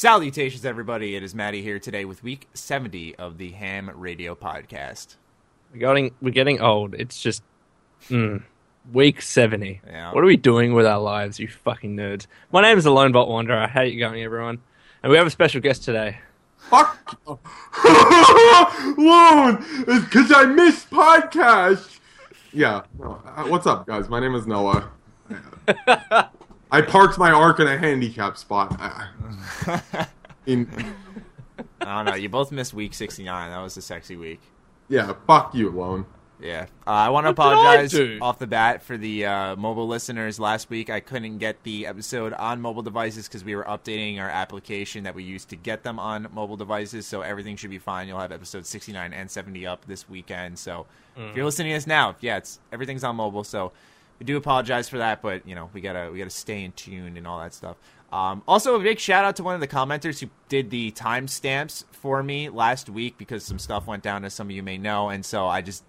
Salutations, everybody. It is Maddie here today with week 70 of the Ham Radio Podcast. We're getting we're getting old. It's just mm, week seventy. Yeah. What are we doing with our lives, you fucking nerds? My name is the Lone Vault Wanderer. How you going, everyone? And we have a special guest today. Fuck Lone, because I miss podcast. Yeah. no, uh, What's up, guys? My name is Noah. I parked my ark in a handicap spot. I, I mean, I don't know. You both missed week 69. That was a sexy week. yeah, fuck you, Lone. Yeah. Uh, I want to What did I apologize do? off the bat for the uh, mobile listeners. Last week, I couldn't get the episode on mobile devices because we were updating our application that we used to get them on mobile devices. So everything should be fine. You'll have episode 69 and 70 up this weekend. So if Mm-hmm. you're listening to us now, yeah, it's everything's on mobile. So we do apologize for that, but you know we gotta we gotta stay in tune and all that stuff. Um, also, a big shout out to one of the commenters who did the timestamps for me last week because some stuff went down, as some of you may know, and so I just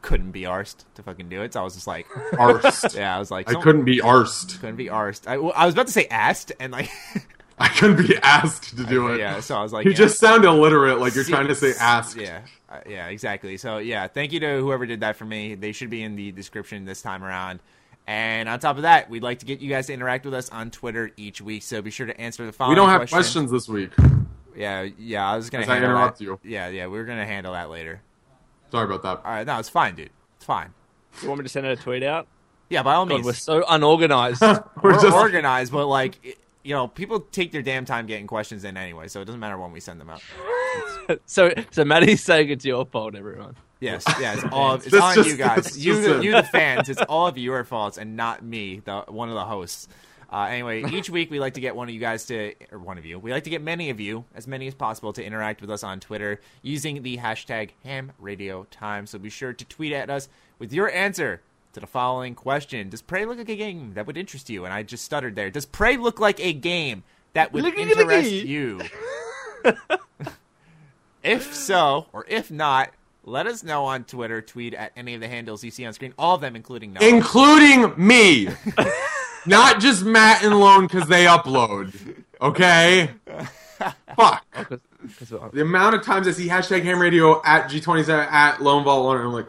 couldn't be arsed to fucking do it. So I was just like, Arsed. yeah, I was like, I some- couldn't be arsed. couldn't be arsed. I, well, I was about to say asked, and like, I couldn't be asked to do it. yeah. So I was like, you yeah. just sound illiterate, like you're See- trying to say asked. Yeah, uh, yeah, exactly. So yeah, thank you to whoever did that for me. They should be in the description this time around. And on top of that, we'd like to get you guys to interact with us on Twitter each week. So be sure to answer the following. We don't have question. questions this week. Yeah, yeah. I was gonna As I handle interrupt that. you. Yeah, yeah. We were gonna handle that later. Sorry about that. All right, no, it's fine, dude. It's fine. You want me to send a tweet out? Yeah, by all God, means, we're so unorganized. We're, we're just organized, but like. It, you know, people take their damn time getting questions in anyway, so it doesn't matter when we send them out. so so Maddie's saying it's your fault, everyone. Yes, yeah, it's all it's That's on just- you that's guys. You, just the, it. you the fans. It's all of your faults and not me, the one of the hosts. Uh, anyway, each week we like to get one of you guys to, or one of you, we like to get many of you, as many as possible, to interact with us on Twitter using the hashtag HamRadioTime. So be sure to tweet at us with your answer to the following question: Does Prey look like a game that would interest you? And I just stuttered there. Does Prey look like a game that would Look at the interest game. you? If so, or if not, let us know on Twitter. Tweet at any of the handles you see on screen, all of them, including Noah. including me, not just Matt and Lone because they upload. Okay, fuck. 'Cause- 'cause we're- The amount of times I see hashtag Ham Radio at G27 at Lone Vault Lone, I'm like,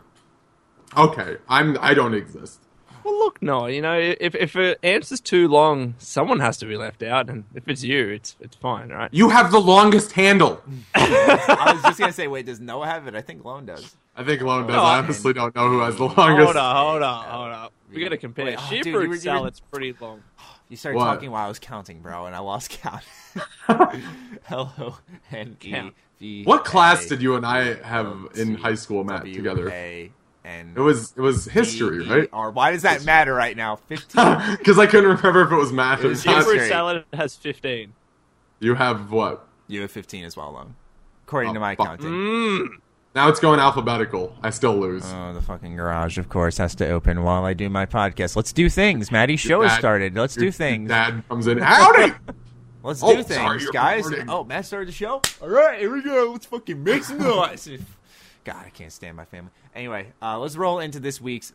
okay, I'm I don't exist. well, look, no, you know, if if an answer's too long, someone has to be left out, and if it's you, it's it's fine, right? You have the longest handle. I was just gonna say, wait, does Noah have it? I think Lone does. I think Lone does. Oh, I honestly don't know who has the longest. Hold up, hold up, hold up. We gotta compare. Wait, oh, Sheer dude, you fruit were- you were- salad's pretty long. You started What? talking while I was counting, bro, and I lost count. Hello, and Count. E What class did you and I have in high school, Matt, together? It was it was history, right? E Why does that matter right now? Fifteen. Because I couldn't remember if it was math or was Sheer That's science. fruit great. salad has fifteen. You have what? you have fifteen as well, Lone, according Oh, to my fuck. counting. Now it's going alphabetical. I still lose. Oh, the fucking garage, of course, has to open while I do my podcast. Let's do things. Maddie's show has Dad- started. Let's your do things. Dad comes in. Howdy. Let's Oh, do things, sorry, you're guys. recording. Oh, Matt started the show? All right, here we go. Let's fucking make some noise. God, I can't stand my family. Anyway, uh, let's roll into this week's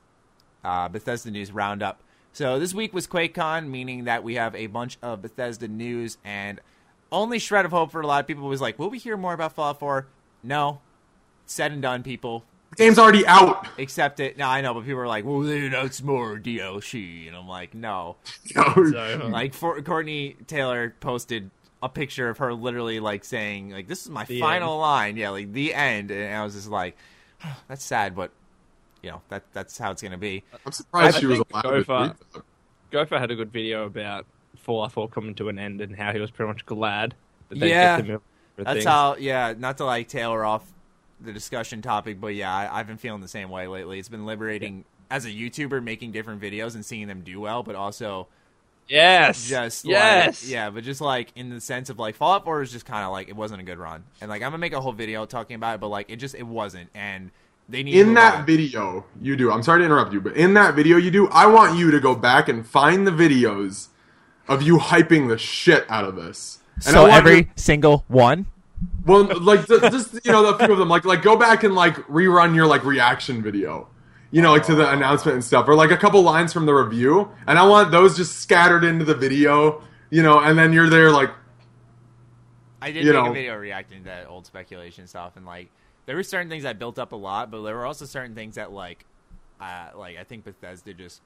uh, Bethesda News Roundup. So this week was QuakeCon, meaning that we have a bunch of Bethesda news, and only shred of hope for a lot of people was like, will we hear more about Fallout 4? No. Said and done, people. Game's already out. accept it. Now I know, but people are like, "Well, they announced more DLC," and I'm like, "No." No. Like, for, Courtney Taylor posted a picture of her literally like saying, "Like this is my The final line." Yeah, like the end, and I was just like, "That's sad," but you know that that's how it's gonna be. I'm surprised I she was think allowed go to tweet far. that. Gopher had a good video about Fallout 4 coming to an end and how he was pretty much glad that they Yeah. yeah, get the for That's things. how, yeah, not to like tailor off the discussion topic, but yeah, I, I've been feeling the same way lately. It's been liberating as a YouTuber making different videos and seeing them do well, but also Yes, just yes, like, yeah, but just like in the sense of like Fallout 4 is just kind of like it wasn't a good run, and like I'm gonna make a whole video talking about it, but like it just it wasn't, and they need to In move that on. video you do, I'm sorry to interrupt you, but in that video you do, I want you to go back and find the videos of you hyping the shit out of this. And I so want every you- single one. well, like ju- just you know, a few of them, like like go back and like rerun your like reaction video, you know, like to Oh. the announcement and stuff, or like a couple lines from the review, and I want those just scattered into the video, you know, and then you're there like, I did You make know. a video reacting to that old speculation stuff, and like there were certain things that built up a lot, but there were also certain things that like, uh, like I think Bethesda just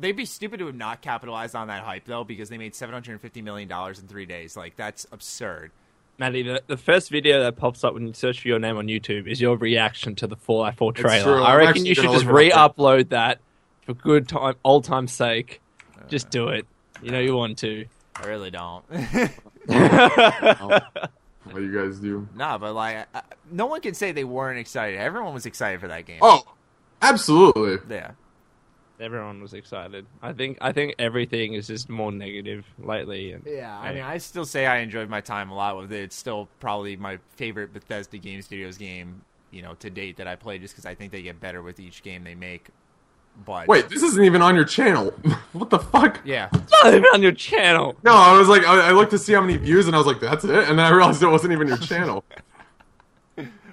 they'd be stupid to have not capitalized on that hype though, because they made seven hundred and fifty million dollars in three days. Like that's absurd. Maddie, the, the first video that pops up when you search for your name on YouTube is your reaction to the Fallout 4 trailer. true. I I'm reckon actually you should gonna just look it up. re-upload that for good time, old time's sake. Just do it. You know you want to. I really don't. What you guys do? nah, but like, I, no one can say they weren't excited. Everyone was excited for that game. Oh, absolutely. yeah. Everyone was excited. I think I think everything is just more negative lately. And Yeah, I Right. mean, I still say I enjoyed my time a lot with it. It's still probably my favorite Bethesda Game Studios game, you know, to date that I play, just because I think they get better with each game they make. But Wait, this isn't even on your channel. what the fuck? yeah, It's not even on your channel. No, I was like, I, I looked to see how many views, and I was like, that's it. And then I realized it wasn't even your channel.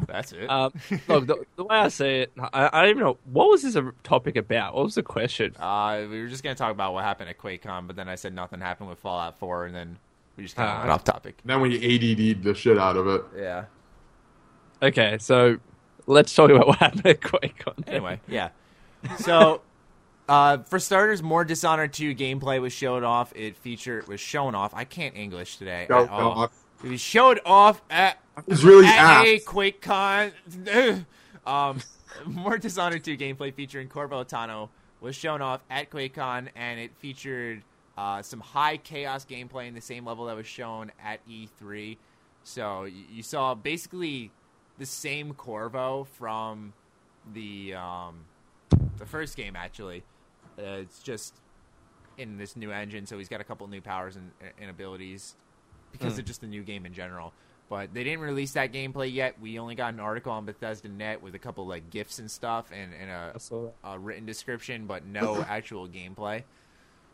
that's it. Um, look, the, the way I see it, I, I don't even know what was this a topic about. What was the question? uh, we were just gonna talk about what happened at QuakeCon, but then I said nothing happened with Fallout Four, and then we just kind of Ah. went off topic. then we ADD'd the shit out of it. Yeah. Okay, so let's talk about what happened at QuakeCon. anyway, yeah. So, uh, for starters, more Dishonored 2 gameplay was showed off. It featured was shown off. I can't English today. Show at all. off. It was showed off at, It's really at a ass. QuakeCon. um, more Dishonored 2 gameplay featuring Corvo Tano was shown off at QuakeCon, and it featured uh, some high chaos gameplay in the same level that was shown at E3. So y- you saw basically the same Corvo from the um, the first game actually. Uh, it's just in this new engine, so he's got a couple new powers and, and abilities because it's just a new game in general. But they didn't release that gameplay yet. We only got an article on Bethesda Net with a couple like gifs and stuff and, and I a, saw that. a written description, but no actual gameplay.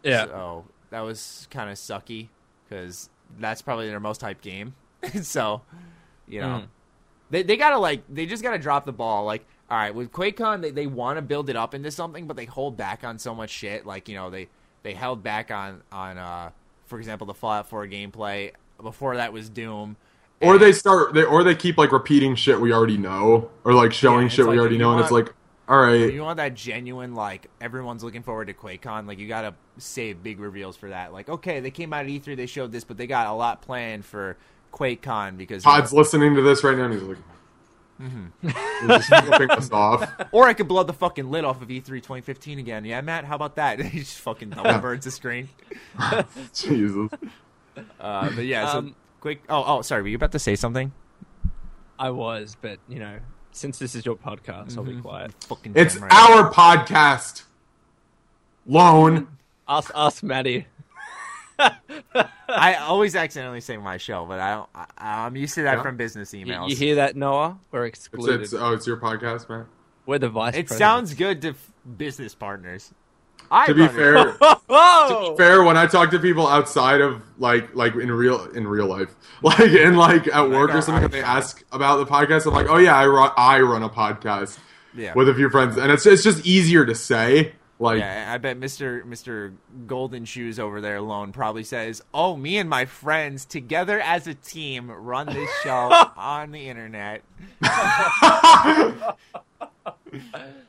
Yeah. So that was kind of sucky because that's probably their most hyped game. so, you know, Mm. they they gotta like they just gotta drop the ball. Like, all right, with QuakeCon, they they want to build it up into something, but they hold back on so much shit. Like, you know, they they held back on on uh, for example, the Fallout 4 gameplay. Before that was Doom. Or And- they start, they or they keep like repeating shit we already know, or like showing Yeah, it's shit like, we already if know, you and it's want- like, all If right, you want that genuine, like everyone's looking forward to QuakeCon, like you gotta save big reveals for that. Like, okay, they came out at E3, they showed this, but they got a lot planned for QuakeCon because Todd's listening to this right now, and he's like, Mm-hmm. he's just flipping us off. or I could blow the fucking lid off of E E3 2015 again. Yeah, Matt, how about that? he just fucking double burns the screen. Jesus. Uh, but yeah, so Um, quick. Oh, oh, sorry, were you about to say something? I was, but you know, since this is your podcast, I'll Mm-hmm. be quiet. Fucking It's damn right. our podcast. Loan. Ask, ask Maddie. I always accidentally say my show, but I don't. I, I'm used to that Yeah. from business You, emails. you hear that, Noah? We're It's, excluded. it's oh, it's your podcast, man. We're the vice. it president. sounds good to f- business partners. I To be run it. fair, Whoa! fair when I talk to people outside of like like in real in real life, like in like at work or something, and they ask about the podcast. I'm like, oh yeah, I run I run a podcast yeah. with a few friends, and it's it's just easier to say. Like, Yeah, I bet Mr. Mr. Golden Shoes over there alone probably says, "Oh, me and my friends together as a team run this show on the internet."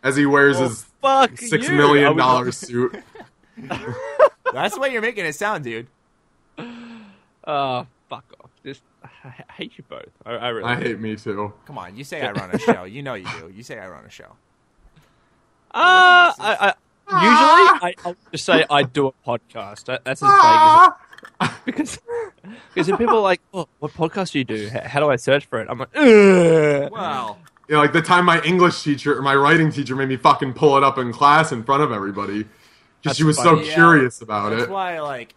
as he wears his Fuck six you. I million would- dollar suit. That's the way you're making it sound, dude. Oh, fuck off! Just, I I hate you both. I, I really. I hate me too. Come on, you say I run a show. You know you do. You say I run a show. Ah, I, I, usually I, I'll just say I do a podcast. That- That's as vague as Ah! it, because because when people are like, oh, what podcast do you do? How, how do I search for it? I'm like, Ugh. Well, Yeah, like the time my English teacher or my writing teacher made me fucking pull it up in class in front of everybody. Just That's she was so funny. Yeah. curious about that's it. why like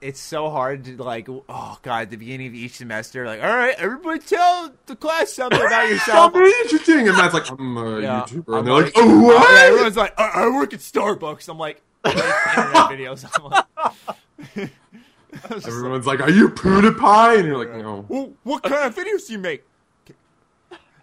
it's so hard to like oh god, the beginning of each semester like, "All right, everybody tell the class something about yourself." Something interesting, and Matt's like, I'm a Yeah. YouTuber, I'm and they're like, oh, what? Yeah, everyone's like, "Uh, I, I work at Starbucks. I'm like, I make internet videos. I'm like, I was just like, Everyone's like, "Are you PewDiePie?" And you're like, "No, well, what kind of videos do you make?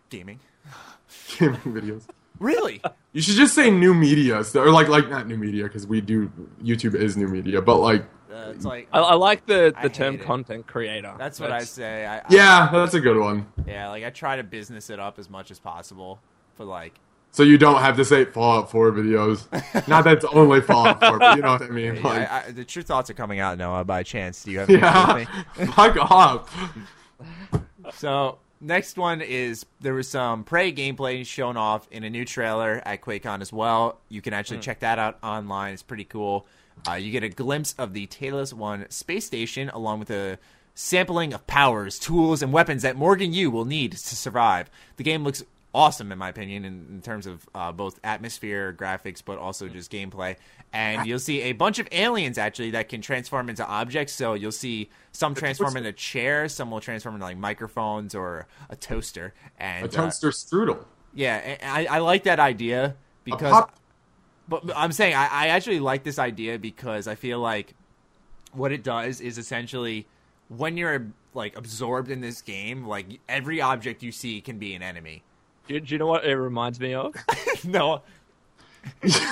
Gaming. gaming videos." Really? Uh, You should just say new media, so, or like, like not new media because we do YouTube is new media, but like Uh, it's like I, I like the, I the term hate it. content creator. that's what I say. I, I- Yeah, that's a good one. yeah. Like I try to business it up as much as possible, but like So you don't have to say Fallout 4 videos. Not that it's only Fallout 4, but you know what I mean. Yeah, Like, I, I, the true thoughts are coming out, Noah, by chance. Do you have any yeah, with fuck off. me? So, next one is there was some Prey gameplay shown off in a new trailer at QuakeCon as well. You can actually check that out online. It's pretty cool. Uh, you get a glimpse of the Talos 1 space station along with a sampling of powers, tools, and weapons that Morgan Yu will need to survive. The game looks awesome in my opinion in, in terms of uh, both atmosphere graphics but also just gameplay and you'll see a bunch of aliens actually that can transform into objects so you'll see some transform into chairs some will transform into like microphones or a toaster and uh, A toaster strudel. yeah and I, I like that idea A because pop- but but I'm saying I, I actually like this idea because I feel like what it does is essentially when you're like absorbed in this game like every object you see can be an enemy Do, do you know what it reminds me of? no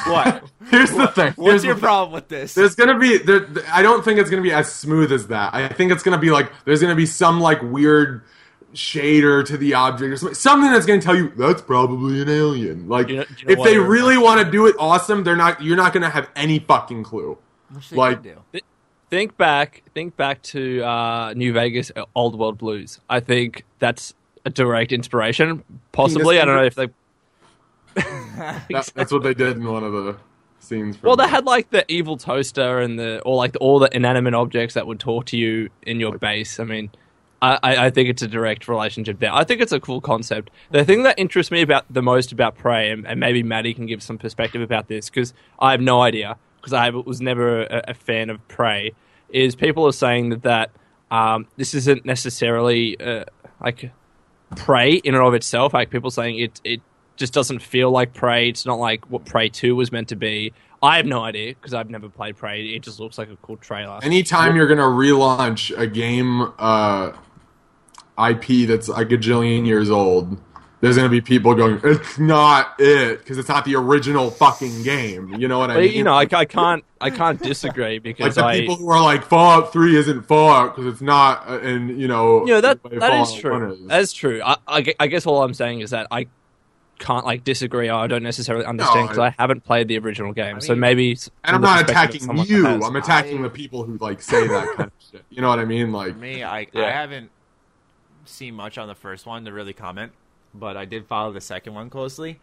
what Here's the thing. What's Here's your the thing. problem with this? There's gonna be. There, I don't think it's gonna be as smooth as that. I think it's gonna be like there's gonna be some like weird shader to the object or something, something that's gonna tell you that's probably an alien. Like You know- you know if what they I- really want to do it awesome, they're not. You're not gonna have any fucking clue. What like- do? think back, think back to uh, New Vegas, uh, Old World Blues. I think that's a direct inspiration. Possibly, I don't know if they. That, that's what they did in one of the scenes. From Well, they had like the evil toaster and the or like the, all the inanimate objects that would talk to you in your base. I mean, I, I I think it's a direct relationship there. I think it's a cool concept. The thing that interests me about the most about Prey, and, and maybe Maddie can give some perspective about this because I have no idea because I was never a, a fan of Prey. Is people are saying that that um, this isn't necessarily uh, like Prey in and of itself. Like people saying it, it just doesn't feel like Prey. It's not like what Prey Two was meant to be. I have no idea because I've never played Prey. It just looks like a cool trailer. Anytime you're gonna relaunch a game uh, IP that's a gajillion years old, there's gonna be people going, "It's not it," because it's not the original fucking game. You know what I but mean? you know, I, I can't, I can't disagree because like the I, people who are like Fallout Three isn't Fallout because it's not, uh, and you know, you know that the way that is Fallout true. 1 is. That's true. I, I, gue- I guess all I'm saying is that I can't like disagree. or I don't necessarily understand because I- I, haven't played the original game. so mean- maybe, s- and from I'm the not perspective of attacking someone that you. has- I'm attacking I- the people who like say that kind of shit. You know what I mean? Like, For me, I, I Yeah. haven't seen much on the first one to really comment, but I did follow the second one closely.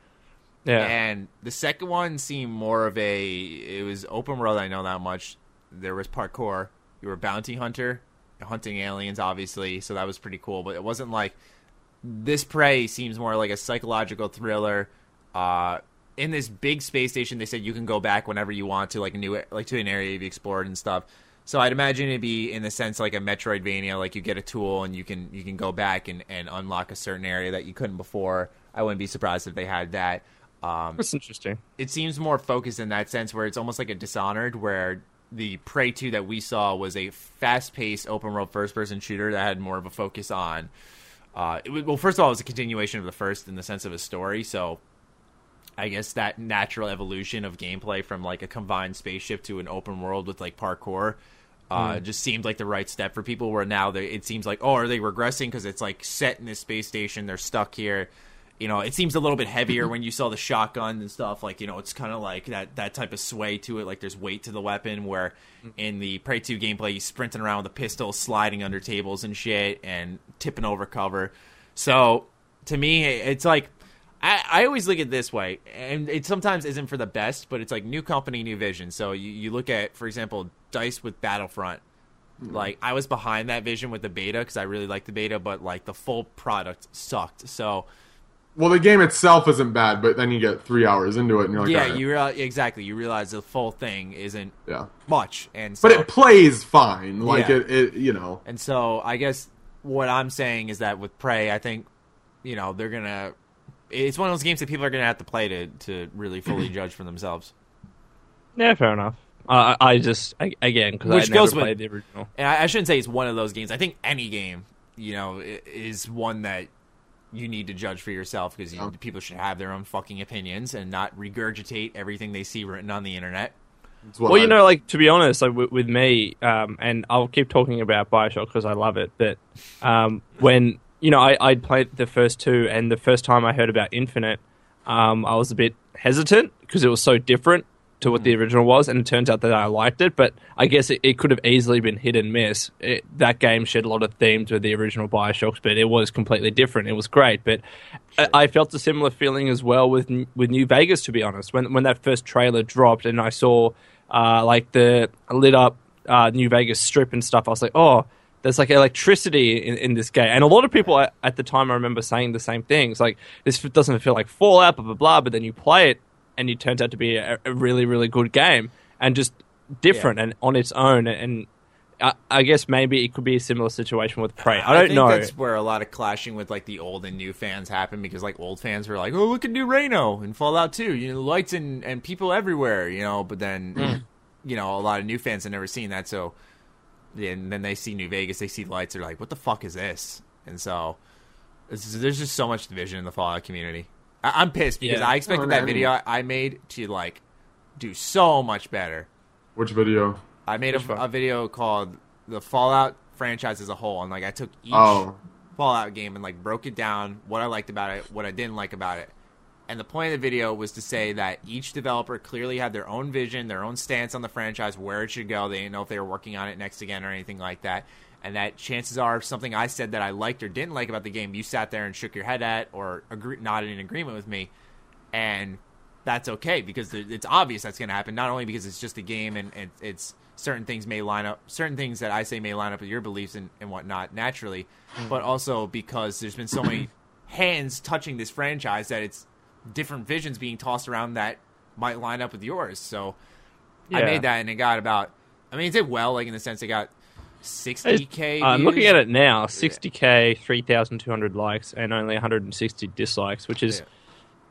yeah. And the second one seemed more of a it was open world, I know that much. There was parkour. You were a bounty hunter, hunting aliens obviously, so that was pretty cool, but it wasn't like this prey seems more like a psychological thriller. Uh, in this big space station, they said you can go back whenever you want to, like a new, like to an area you've explored and stuff. So I'd imagine it'd be in the sense like a Metroidvania, like you get a tool and you can you can go back and, and unlock a certain area that you couldn't before. I wouldn't be surprised if they had that. Um, That's interesting. it seems more focused in that sense, where it's almost like a Dishonored, where the Prey Two that we saw was a fast-paced open world first-person shooter that had more of a focus on uh, it was, well, first of all, it was a continuation of the first in the sense of a story. So, I guess that natural evolution of gameplay from like a combined spaceship to an open world with like parkour uh, just seemed like the right step for people. Where now they, it seems like, oh, are they regressing because it's like set in this space station? They're stuck here. You know, it seems a little bit heavier when you saw the shotgun and stuff. Like, you know, it's kind of like that that type of sway to it. Like, there's weight to the weapon. Where in the Prey 2 gameplay, you sprinting around with a pistol, sliding under tables and shit, and tipping over cover. So to me, it's like I, I always look at it this way, and it sometimes isn't for the best, but it's like new company, new vision. So you, you look at, for example, Dice with Battlefront. Hmm. Like I was behind that vision with the beta because I really liked the beta, but like the full product sucked. So well, the game itself isn't bad, but then you get three hours into it, and you're like, yeah, "All right, you realize, exactly you realize the full thing isn't yeah. much, and so, But it plays fine. Like Yeah. it, it, you know. And so I guess what I'm saying is that with Prey, I think, you know, they're gonna. It's one of those games that people are gonna have to play to to really fully judge for themselves. Yeah, fair enough. Uh, I I just I, again because I Which never goes with- played the original. And I, I shouldn't say it's one of those games. I think any game, you know, i- is one that you need to judge for yourself because you, Yeah. people should have their own fucking opinions and not regurgitate everything they see written on the internet. It's what well, you I- know, like to be honest, like with, with me, um, and I'll keep talking about Bioshock because I love it. But um, when you know, I I played the first two, and the first time I heard about Infinite, um, I was a bit hesitant because it was so different to what the Mm. original was, and it turns out that I liked it. But I guess it, it could have easily been hit and miss. It, that game shared a lot of themes with the original Bioshocks, but it was completely different. It was great, but I, I felt a similar feeling as well with N- with New Vegas. To be honest, when when that first trailer dropped, and I saw uh, like the lit up uh, New Vegas strip and stuff, I was like, oh, there's like electricity in, in this game. And a lot of people at, at the time, I remember saying the same things like, this f- doesn't feel like Fallout, blah, blah, blah. But then you play it and it turns out to be a, a really, really good game and just different and on its own. And I, I guess maybe it could be a similar situation with Prey. I don't think know. That's where a lot of clashing with like the old and new fans happen because like old fans were like, "Oh, look at New Reno and Fallout 2, you know, lights and and people everywhere," you know. But then, Hmm. you know, a lot of new fans have never seen that, so and then they see New Vegas, they see lights, they're like, "What the fuck is this?" And so it's, there's just so much division in the Fallout community. I, I'm pissed because Yeah. I expected Oh, that man. video I made to like do so much better. Which video? I made Which a, one? a video called the Fallout franchise as a whole, and like I took each Oh, Fallout game and like broke it down, what I liked about it, what I didn't like about it. And the point of the video was to say that each developer clearly had their own vision, their own stance on the franchise, where it should go. They didn't know if they were working on it next again or anything like that. And that chances are, if something I said that I liked or didn't like about the game, you sat there and shook your head at or agree- nodded in agreement with me. And that's okay because there- it's obvious that's going to happen. Not only because it's just a game and, and it's certain things may line up, certain things that I say may line up with your beliefs and, and whatnot naturally, Hmm. but also because there's been so many hands touching this franchise that it's different visions being tossed around that might line up with yours. So I Yeah. made that and it got about, I mean, it did well, like in the sense it got 60K. Uh, I'm views. looking at it now 60k, 3,200 likes, and only 160 dislikes, which is, Yeah.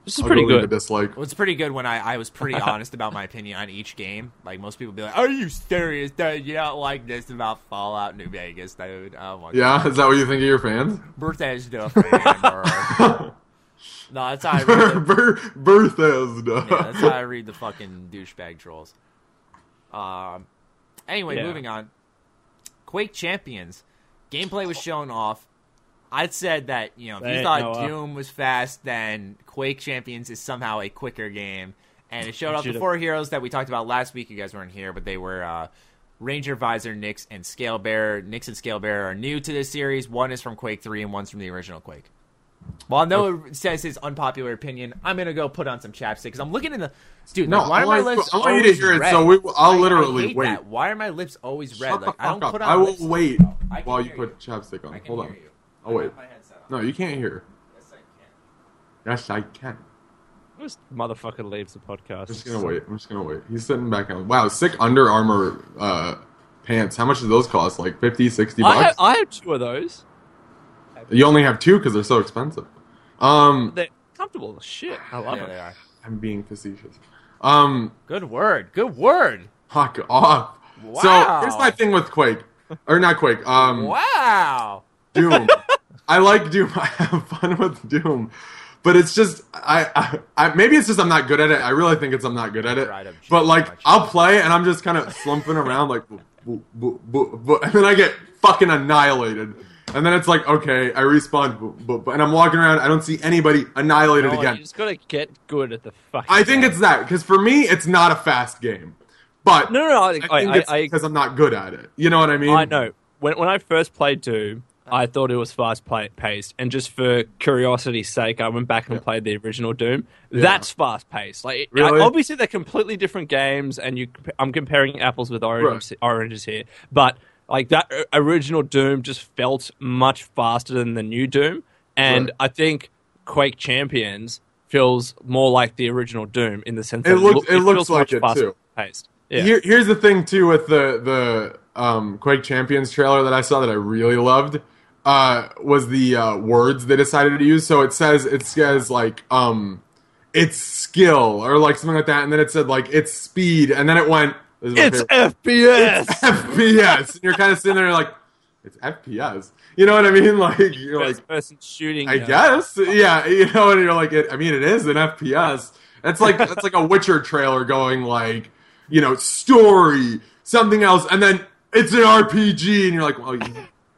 which is I'll pretty go leave a good. dislike. Well, it's pretty good when I, I was pretty honest about my opinion on each game. Like most people be like, "Are you serious? Dude, you don't like this about Fallout New Vegas, dude?" Oh my god, Yeah, is that what you think of your fans? Bethesda fan. bro. no, that's how I read it. Ber- Bethesda. Yeah, that's how I read the fucking douchebag trolls. Um. Anyway, Yeah. moving on. Quake Champions gameplay was shown off. I said that you know if They you ain't thought no up. Doom was fast, then Quake Champions is somehow a quicker game, and it showed off the Should've- four heroes that we talked about last week. You guys weren't here, but they were uh, Ranger Visor, Nix, and Scalebearer. Nix and Scalebearer are new to this series. One is from Quake Three, and one's from the original Quake. While Noah says his unpopular opinion, I'm gonna go put on some chapstick because I'm looking in the dude. No, like, why I are my like- lips? I want you to always hear it, red? so we- I'll I- I literally hate wait. that. Why are my lips always red? Shut the like I fuck don't up. put on. I will lipstick. wait I can while you hear put chapstick on. I can Hold hear on. you. I'll wait. Put my headset on. No, you can't hear. Yes, I can. Yes, I can. This motherfucker leaves the podcast. I'm just gonna wait. I'm just gonna wait. He's sitting back on. Wow, sick Under Armour uh, pants. How much do those cost? Like 50, 60 bucks? I have, I have two of those. you only have two because they're so expensive. Um, They're comfortable as shit. I love Yeah, it. they are. I'm being facetious. Um, Good word. Good word. fuck off. Wow. So here's my thing with Quake, or not Quake. Um, Wow. Doom. I like Doom. I have fun with Doom, but it's just I, I, I maybe it's just I'm not good at it. I really think it's I'm not good at it. Right up But Jim's like much. I'll play and I'm just kind of slumping around like, boop, boop, boop, boop, boop, and then I get fucking annihilated. And then it's like okay, I respawn, boop, boop, boop, and I'm walking around. I don't see anybody annihilated Oh, again. you just gotta get good at the fucking. I think game. it's that because for me, it's not a fast game. But no, no, no. I, I think I, it's I, because I'm not good at it. You know what I mean? I, know. When when I first played Doom, I thought it was fast play, paced, and just for curiosity's sake, I went back and played the original Doom. That's fast paced. Like, it- Really? I- obviously they're completely different games, and you, comp- I'm comparing apples with oranges, oranges here, but. Like that o- original Doom just felt much faster than the new Doom, and Right. I think Quake Champions feels more like the original Doom in the sense It that looks- look- it looks feels much like it, faster too. Paced. Yeah. Here, here's the thing too with the the um, Quake Champions trailer that I saw that I really loved uh, was the uh, words they decided to use. So it says it says like um, it's skill or like something like that, and then it said like it's speed, and then it went this is my it's favorite. FPS. FPS, and you're kind of sitting there like it's FPS. You know what I mean? Like you're like first person shooting. I you know. guess. Yeah, you know, and you're like, it, I mean, it is an FPS. That's like that's like a Witcher trailer going like, you know, story, something else, and then it's an RPG, and you're like, well,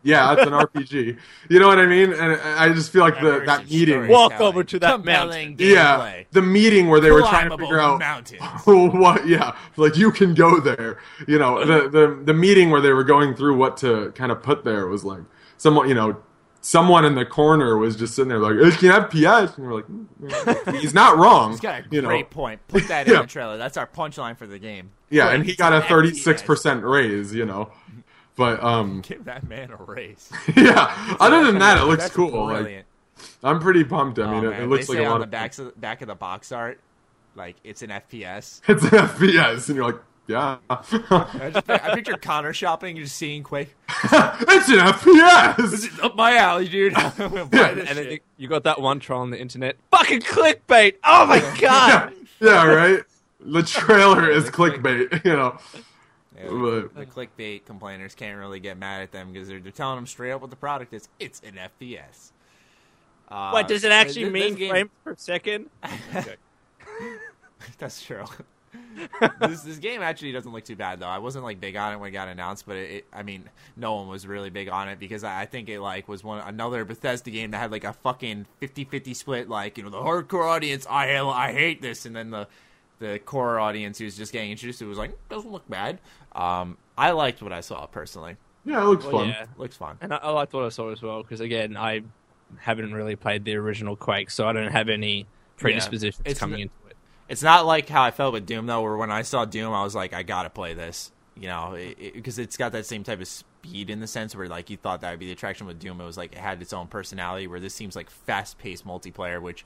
yeah, it's an RPG. You know what I mean? And I I just feel like the, that meeting. Walk over to that Compelling mountain. Gameplay. Yeah, the meeting where they were trying to Climbable figure out mountains. what, yeah, like you can go there. You know, the, the the meeting where they were going through what to kind of put there was like someone, you know, someone in the corner was just sitting there like, "Eh, "Can I have PS?" And we're like, "Mm, "He's not wrong." He's got a you know. great point. Put that Yeah. in the trailer. That's our punchline for the game. Yeah, and he got a He's an thirty-six percent raise. You know, but um, Give that man a raise. yeah. Other than that, it looks That's cool. Like, brilliant. I'm pretty pumped. I mean, oh, it, man. it looks they like say a on lot the of back of, back of the box art, like it's an FPS. it's an FPS, and you're like, yeah, I, just, I picture Connor shopping, just seeing Quake. it's an FPS. It's up my alley, dude. I'm gonna buy this And then you, shit. you got that one troll on the internet. Fucking clickbait! Oh my yeah, god! yeah, right. The trailer is It's like- clickbait, you know. Yeah, But- the clickbait complainers can't really get mad at them because they're, they're telling them straight up what the product is. It's an FPS. Uh, What does it actually this- this mean? game- Frames per second? That's true. this, this game actually doesn't look too bad though. I wasn't like big on it when it got announced, but it, it I mean, no one was really big on it because I, I think it like was one another Bethesda game that had like a fucking 50-50 split. Like you know, the hardcore audience, I ha- I hate this, and then the the core audience who's just getting introduced, it was like "Mm, doesn't look bad. Um, I liked what I saw personally. Yeah, it looks Well, fun. yeah. Looks fun. And I, I liked what I saw as well because again, I haven't really played the original Quake, so I don't have any predispositions It's coming n- into it. It's not like how I felt with Doom though, where when I saw Doom, I was like, I gotta play this, you know, because it, has got that same type of speed in the sense where like you thought that would be the attraction with Doom. It was like it had its own personality, where this seems like fast-paced multiplayer, which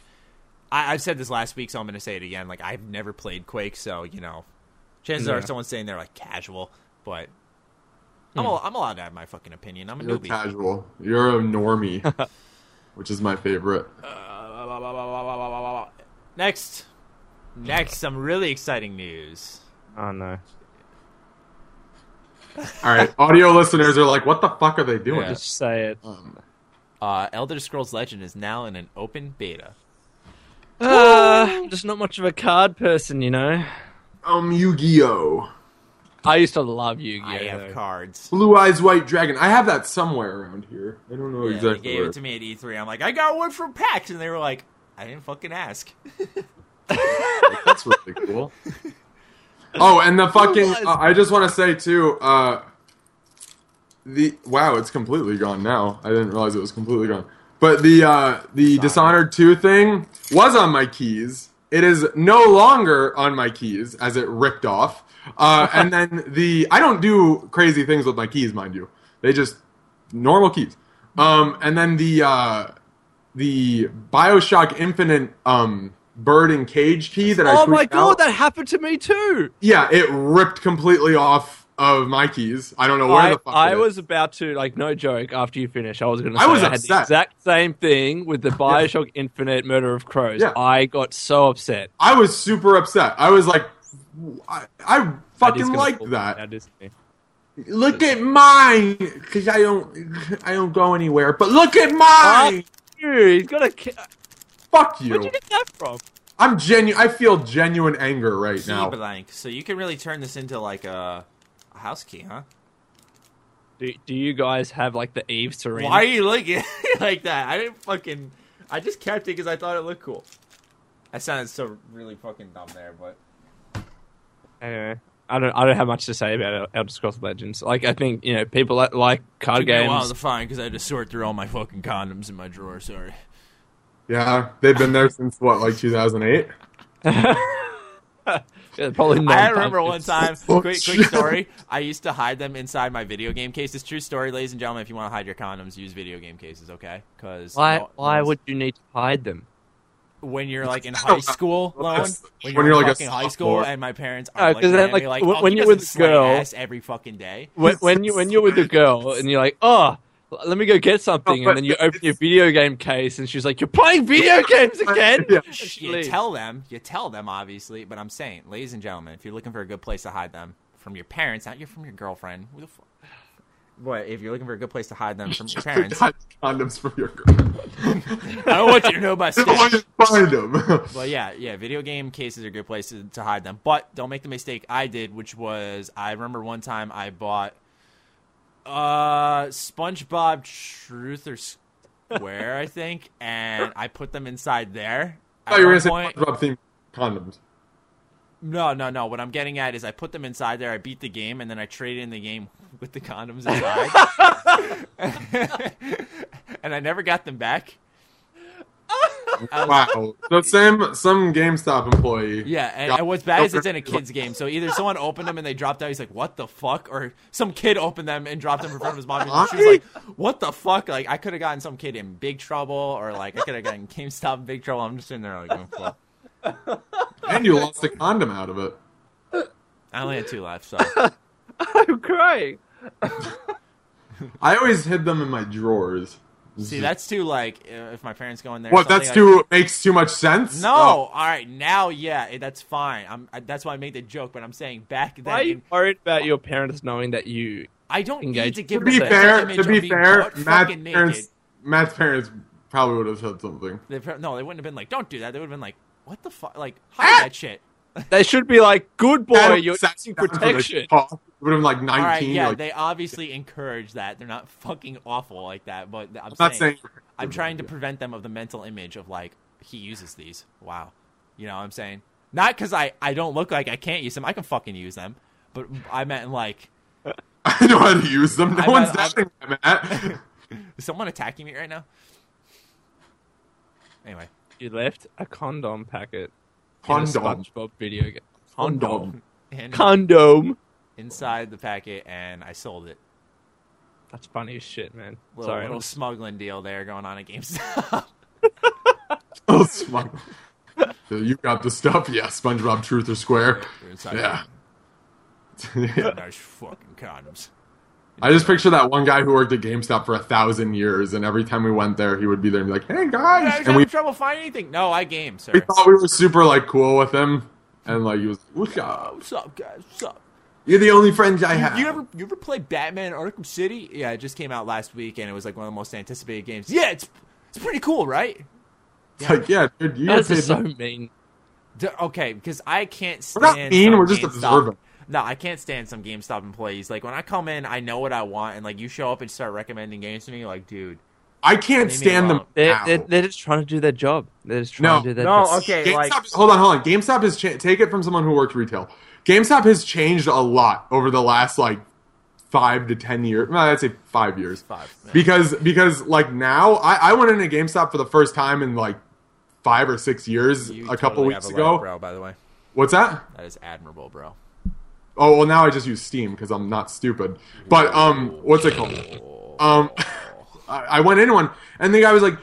I, I've said this last week, so I'm gonna say it again. Like I've never played Quake, so you know, chances are Yeah. someone's saying they're like casual, but. I'm, al- I'm allowed to have my fucking opinion. I'm a You're newbie. casual. You're a normie, which is my favorite. Next, next, some really exciting news. Oh no! All right, audio listeners are like, what the fuck are they doing? Yeah. Just say it. Um, Uh, Elder Scrolls Legend is now in an open beta. Uh, I'm just not much of a card person, you know. um, Yu-Gi-Oh, I used to love Yu-Gi-Oh. I have though. cards. Blue Eyes White Dragon. I have that somewhere around here. I don't know Yeah, exactly. they gave where. it to me at E3. I'm like, I got one from PAX, and they were like, I didn't fucking ask. Like, That's really cool. Oh, and the fucking. was? Uh, I just want to say too. Uh, the wow, it's completely gone now. I didn't realize it was completely gone. But the uh, the Dishonored two thing was on my keys. It is no longer on my keys as it ripped off. Uh, and then the I don't do crazy things with my keys, mind you. They just normal keys. Um, and then the uh, the Bioshock Infinite um, bird and cage key that I Oh my tweaked god, out- that happened to me too. yeah, it ripped completely off of my keys. I don't know where I, the fuck I it was is. about to like no joke. After you finish, I was going to. I was had the upset. exact same thing with the Bioshock Infinite Murder of Crows. Yeah. I got so upset. I was super upset. I was like, I, I That is fucking gonna liked pull me that. down, isn't it? Look at mine, because I don't, I don't go anywhere. But look at mine. Ah, Dude, he's got a. ca- Fuck Where'd you. you get that from? I'm genuine. I feel genuine anger right Key now. blank. So you can really turn this into like a, a house key, huh? Do, do you guys have like the Eve Serena? Why are you looking like that? I didn't fucking. I just kept it because I thought it looked cool. I sounded so really fucking dumb there, but Anyway, I don't. I don't have much to say about Elder Scrolls Legends. Like, I think you know people that like card games. find because I had to sort through all my fucking condoms in my drawer. Sorry. Yeah, they've been there since what, like 2008. Yeah, probably not. I remember one time. Oh, Quick, quick shit. story. I used to hide them inside my video game case. It's true story, ladies and gentlemen. If you want to hide your condoms, use video game cases, okay? Because Why? why would you need to hide them? when you're like in high school, Lone, Yes. when you're, like a fucking high school, sophomore. and my parents No, are 'cause looking then, at me like, like, when- oh, when he you're with doesn't slay girl- ass every fucking day. When, when you when you're with a girl and you're like, oh, let me go get something, No, Oh, and but then you open it's- your video game case, and she's like, you're playing video games again. Yeah. And she you leaves. tell them, you tell them, obviously. But I'm saying, ladies and gentlemen, if you're looking for a good place to hide them from your parents, not your from your girlfriend, who the fu- what if you're looking for a good place to hide them from your parents? Hide condoms from your girl. I want you to know my Don't let steps. you find them. But yeah, yeah, video game cases are a good place to, to hide them. But don't make the mistake I did, which was I remember one time I bought uh SpongeBob Truth or Square, I think, and I put them inside there. I thought you were At one gonna say SpongeBob themed condoms. No, no, no. What I'm getting at is I put them inside there. I beat the game, and then I traded in the game with the condoms inside, and I never got them back. I was- Wow. So Sam, some GameStop employee. Yeah, and, got- and what's bad is it's in a kid's game. So either someone opened them and they dropped out. He's like, "What the fuck?" Or some kid opened them and dropped them in front of his mom. And she was like, "What the fuck?" Like I could have gotten some kid in big trouble, or like I could have gotten GameStop in big trouble. I'm just sitting there like, oh, fuck. And you lost a condom out of it. I only had two left, so I'm crying. I always hid them in my drawers. see that's too like uh, if my parents go in there. or What? something, That's like- too makes too much sense. No, Oh. all right, now yeah, eh, that's fine. I'm I, that's why I made the joke, but I'm saying back then Why are you worried about your parents knowing that you? I don't need Engage. to To give be them fair, the image to of be being fair, butt Matt's fucking naked. parents, Matt's parents probably would have said something. They pro- no, they wouldn't have been like, "Don't do that." They would have been like, "What the fuck?" Like, hide that shit. They should be like, "Good boy, Adam you're sat seeking down for the protection." talk. Would have been like All right, nineteen. yeah, like, they obviously encourage that. They're not fucking awful like that, but I'm, I'm not saying. I'm trying to prevent them of the mental image of like he uses these. Wow, you know what I'm saying? Not because I I don't look like I can't use them. I can fucking use them, but I meant like I know how to use them. No I'm one's not- doubting that, Matt. is someone attacking me right now. Anyway, You left a condom packet in a Condom. SpongeBob video game. Condom. and Condom. inside the packet, and I sold it. That's funny as shit, man. Little, Sorry, little I'm- smuggling deal there going on at GameStop. Oh, Spon- So you got the stuff, yeah. SpongeBob Truth or Square, Inside yeah. Yeah. Nice fucking condoms. I just picture that one guy who worked at GameStop for a thousand years, and every time we went there, he would be there and be like, "Hey I guys," was and having we, trouble finding anything. No, I game, sir. we thought we were super like cool with him, and like he was, "What's up? What's up, guys? What's up? You're the only friends I have." You ever you ever play Batman Arkham City? Yeah, it just came out last week, and it was like one of the most anticipated games. Yeah, it's it's pretty cool, right? It's like, yeah, dude, you That's get paid just so mean. D- okay, because I can't We're stand. not mean, some we're just GameStop- observant. No, I can't stand some GameStop employees. Like when I come in, I know what I want, and like you show up and start recommending games to me, like, dude. I can't Leave me stand them. alone. They're, now. they're, they're just trying to do their job. They're just trying No. to do their No, job. okay, GameStop, like hold on, hold on. GameStop has cha- take it from someone who worked retail. GameStop has changed a lot over the last like five to ten years. No, I'd say five years. Five, yeah. Because because like now, I, I went into GameStop for the first time in like five or six years you a couple totally weeks have a ago. life, bro. By the way, What's that? that is admirable, bro. Oh well, now I just use Steam because I'm not stupid. But um, what's it called? Um, I I went in one, and the guy was like,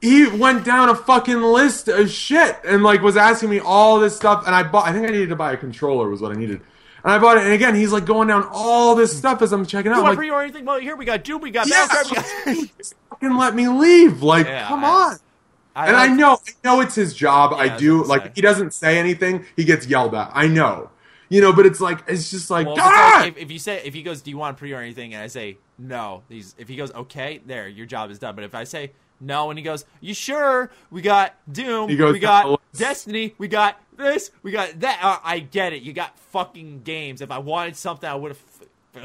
he went down a fucking list of shit, and like was asking me all this stuff, and I bought. I think I needed to buy a controller was what I needed, and I bought it. And again, he's like going down all this stuff as I'm checking out. You I'm want like, pre order anything? Well, here we got Doom, we got yeah, Battlecry, we got. just fucking let me leave. Like, Yeah, come I- on. And I like- know, I know it's his job. I I was do. gonna Like, say. if he doesn't say anything, he gets yelled at. I know, you know. But it's like, it's just like, "Ah!" Well, if, it's God! like- if, if you say if he goes, "Do you want pre or anything?" and I say no, he's, if he goes, "Okay," there, your job is done. But if I say no, and he goes, "You sure?" We got Doom, He goes "Oh." we down the got list. Destiny, we got this, we got that. Uh, I get it. You got fucking games. If I wanted something, I would have.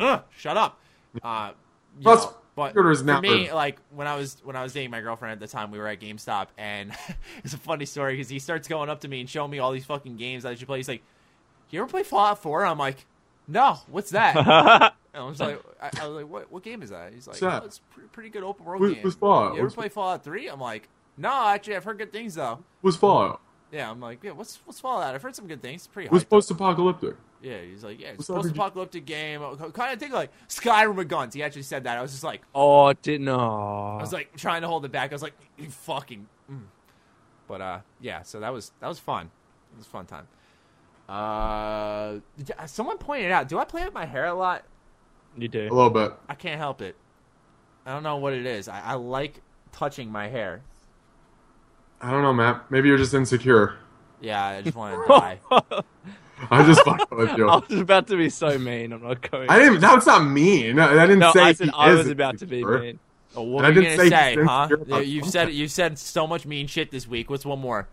Ugh, shut up. Uh, you Plus, know, but computers for now me, are- like when I was when I was dating my girlfriend at the time, we were at GameStop, and it's a funny story because he starts going up to me and showing me all these fucking games I should play. He's like, "You ever play Fallout 4? I'm like, "No, what's that?" and I was like, I, "I was like, what what game is that?" He's like, What's that? "Oh, "It's a pre- pretty good open world Who's- game." who's Fallout? You ever What's- play Fallout 3? I'm like, "No, actually, I've heard good things though." was Fallout. Yeah, I'm like, "Yeah, what's what's Fallout? I've heard some good things. It's pretty." It was hyped up." post-apocalyptic. Yeah, he's like, "Yeah, it's What's RPG? post-apocalyptic game." Oh, Kind of thing like Skyrim with guns. He actually said that. I was just like. Oh, didn't know. I was like trying to hold it back. I was like, you fucking. Mm. But uh, yeah. So that was that was fun. It was a fun time. Uh, d- someone pointed out. Do I play with my hair a lot? you A do. little bit. I can't help it. I don't know what it is. I, I like touching my hair. I don't know, Matt. Maybe you're just insecure. Yeah, I just want to die. I just fucking with you. I was about to be so mean. I'm not going. I didn't. That's not mean. I didn't no, say. I said he I was isn't, about to be sir. mean. Oh, what I are you didn't gonna say say, since huh? you're a- You've said you've said so much mean shit this week. What's one more?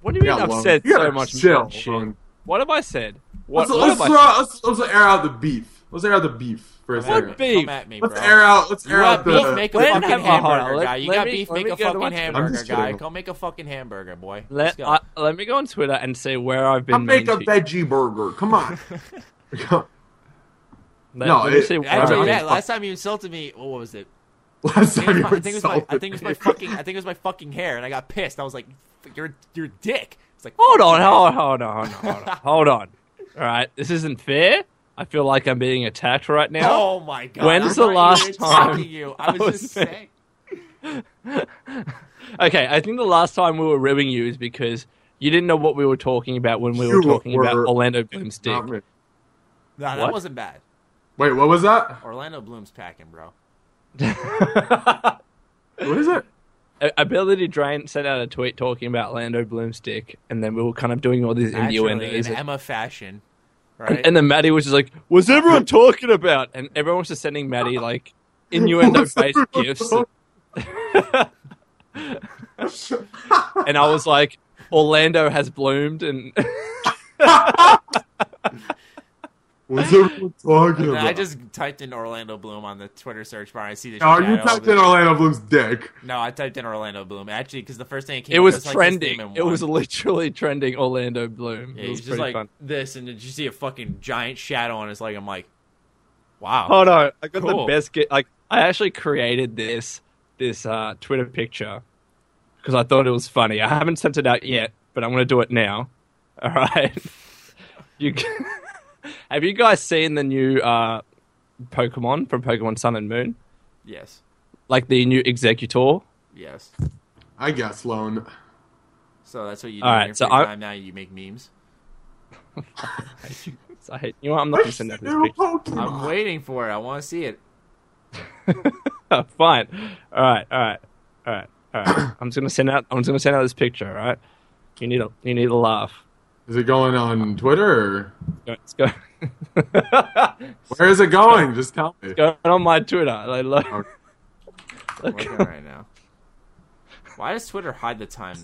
What do you mean Yeah, I've well, said you so gotta much chill, mean shit? Logan. What have I said? What, Let's, what let's, have I throw, said? let's, let's air out the beef. Let's air out the beef for a second. Come beef? at me, Let's bro. air out. Let's You air out got the. beef? Make a Let him fucking have a heart. hamburger, Let- guy. You let got me- beef? let Make me a go to fucking lunch. I'm hamburger, just guy. kidding. Go make a fucking hamburger, boy. Let's go. Let, I, let me go on Twitter and say where I've been. I'll make mean to a you. veggie burger. Come on. Let, No, let me it- see where I Actually, I've mean- been. yeah. Last time you insulted me, what was it? Last I think time it you was my, I think it was my, I think it was my insulted me. fucking, I think it was my fucking hair, and I got pissed. I was like, "F- "You're, you're a dick." It's like, Hold on, hold on, hold on, hold on, hold on. All right, this isn't fair. I feel like I'm being attacked right now. Oh my god! When's I thought the you last were time attacking You. I was, I was just saying- saying. Okay, I think the last time we were ribbing you is because you didn't know what we were talking about when we You were talking about were- Orlando Bloom's dick. Not me. No, that What? wasn't bad. Wait, what was that? Orlando Bloom's packing, bro. What is it? A- Ability Drain sent out a tweet talking about Orlando Bloom's dick, and then we were kind of doing all these Naturally, innuendos. in And, Emma fashion, right? and, and then Maddie was just like, "What's everyone talking about?" And everyone was just sending Maddie like innuendo What's based everyone gifts. talking- and I was like, Orlando has bloomed, and What's everyone talking And about? I just typed in Orlando Bloom on the Twitter search bar. And I see this. No, shit Oh, you out all typed the- in Orlando Bloom's dick. No, I typed in Orlando Bloom actually because the first thing it came. it up was like, this trending. demon it was one. literally trending. Orlando Bloom. Yeah, it he was was just pretty like fun. this, and did you see a fucking giant shadow on his leg? I'm like, wow. Oh no, I got Cool. the best. Get, like I actually created this this uh, Twitter picture because I thought it was funny. I haven't sent it out yet, but I'm gonna do it now. All right. you can- have you guys seen the new uh, Pokemon from Pokemon Sun and Moon? Yes, Like the new Executor. yes. I guess, Lone. So that's what you do All in right, your so free I- time now. You make memes. So I hate you. Know what? I'm not gonna send out this You're a picture. Pokemon. I'm waiting for it. I want to see it. Oh, Fine. All right. All right. All right. All right. I'm just gonna send out. I'm just gonna send out this picture. All right. You need a. You need a laugh. Is it going on Twitter? Or... It's go. it's Where is it going? Just tell me. going on my Twitter. Like, look, Okay. I'm look. Working right now. Why does Twitter hide the time?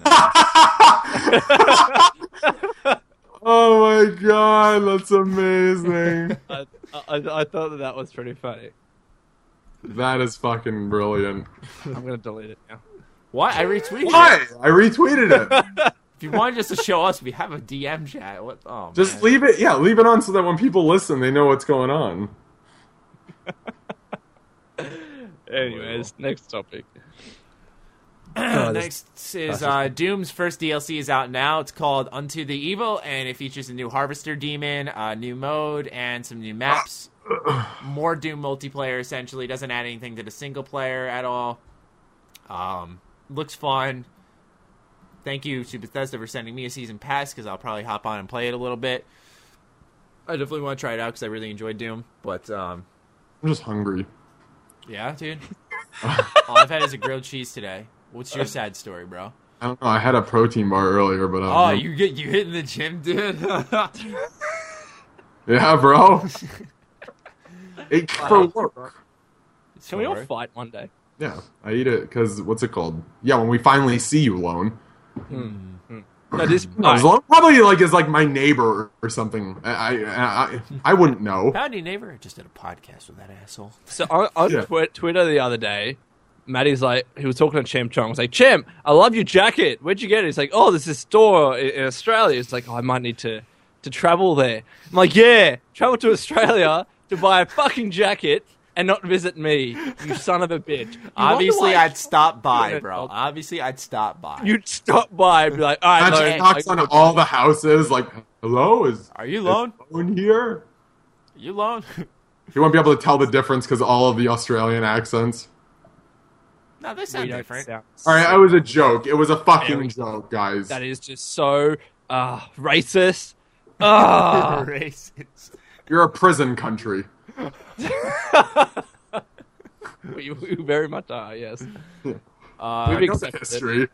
Now? Oh my god, that's amazing. I, I, I thought that that was pretty funny. that is fucking brilliant. I'm gonna delete it now. Why I retweeted. It. Why? I retweeted it. If you wanted just to show us, we have a DM chat. What? Oh, Just man. leave it. Yeah, leave it on so that when people listen, they know what's going on. Anyways, next topic. Oh, Next is that's uh, Doom's first DLC is out now. It's called Unto the Evil, and it features a new Harvester Demon, a new mode, and some new maps. More Doom multiplayer essentially doesn't add anything to the single player at all. Um, looks fun. Thank you to Bethesda for sending me a season pass because I'll probably hop on and play it a little bit. I definitely want to try it out because I really enjoyed Doom, but um, I'm just hungry. yeah, dude. all I've had is a grilled cheese today. What's your sad story, bro? I don't know. I had a protein bar earlier, but um, Oh, I don't know. you get you hitting the gym, dude. yeah, bro. it for work. Can we all Sorry. fight one day? Yeah, I eat it because what's it called? Yeah, when we finally see you, Lone. No, this. No, Lone probably like is like my neighbor or something. I I I, I wouldn't know. Howdy neighbor, I just did a podcast with that asshole. So on, on Yeah. Twi- Twitter the other day, Maddie's like, he was talking to Champ Chong. I was like, Champ, I love your jacket. Where'd you get it? He's like, oh, there's this store in, in Australia. It's like, oh, I might need to, to travel there. I'm like, yeah, travel to Australia to buy a fucking jacket and not visit me, you son of a bitch. You wonder Obviously, why I'd stop by, Yeah, bro. I'll- Obviously, I'd stop by. You'd stop by and be like, all right, Imagine Logan, he knocks I- on all the houses. Like, hello, is Are you is Lone? Lone here? You alone? He won't be able to tell the difference because all of the Australian accents. no, they we sound don't different. sound- All right, it was a joke. It was a fucking Very- joke, guys. That is just so uh, racist. Ah. Racist. You're a prison country. we, we very much are, yes. Uh, We've That's Uh, accepted it. history.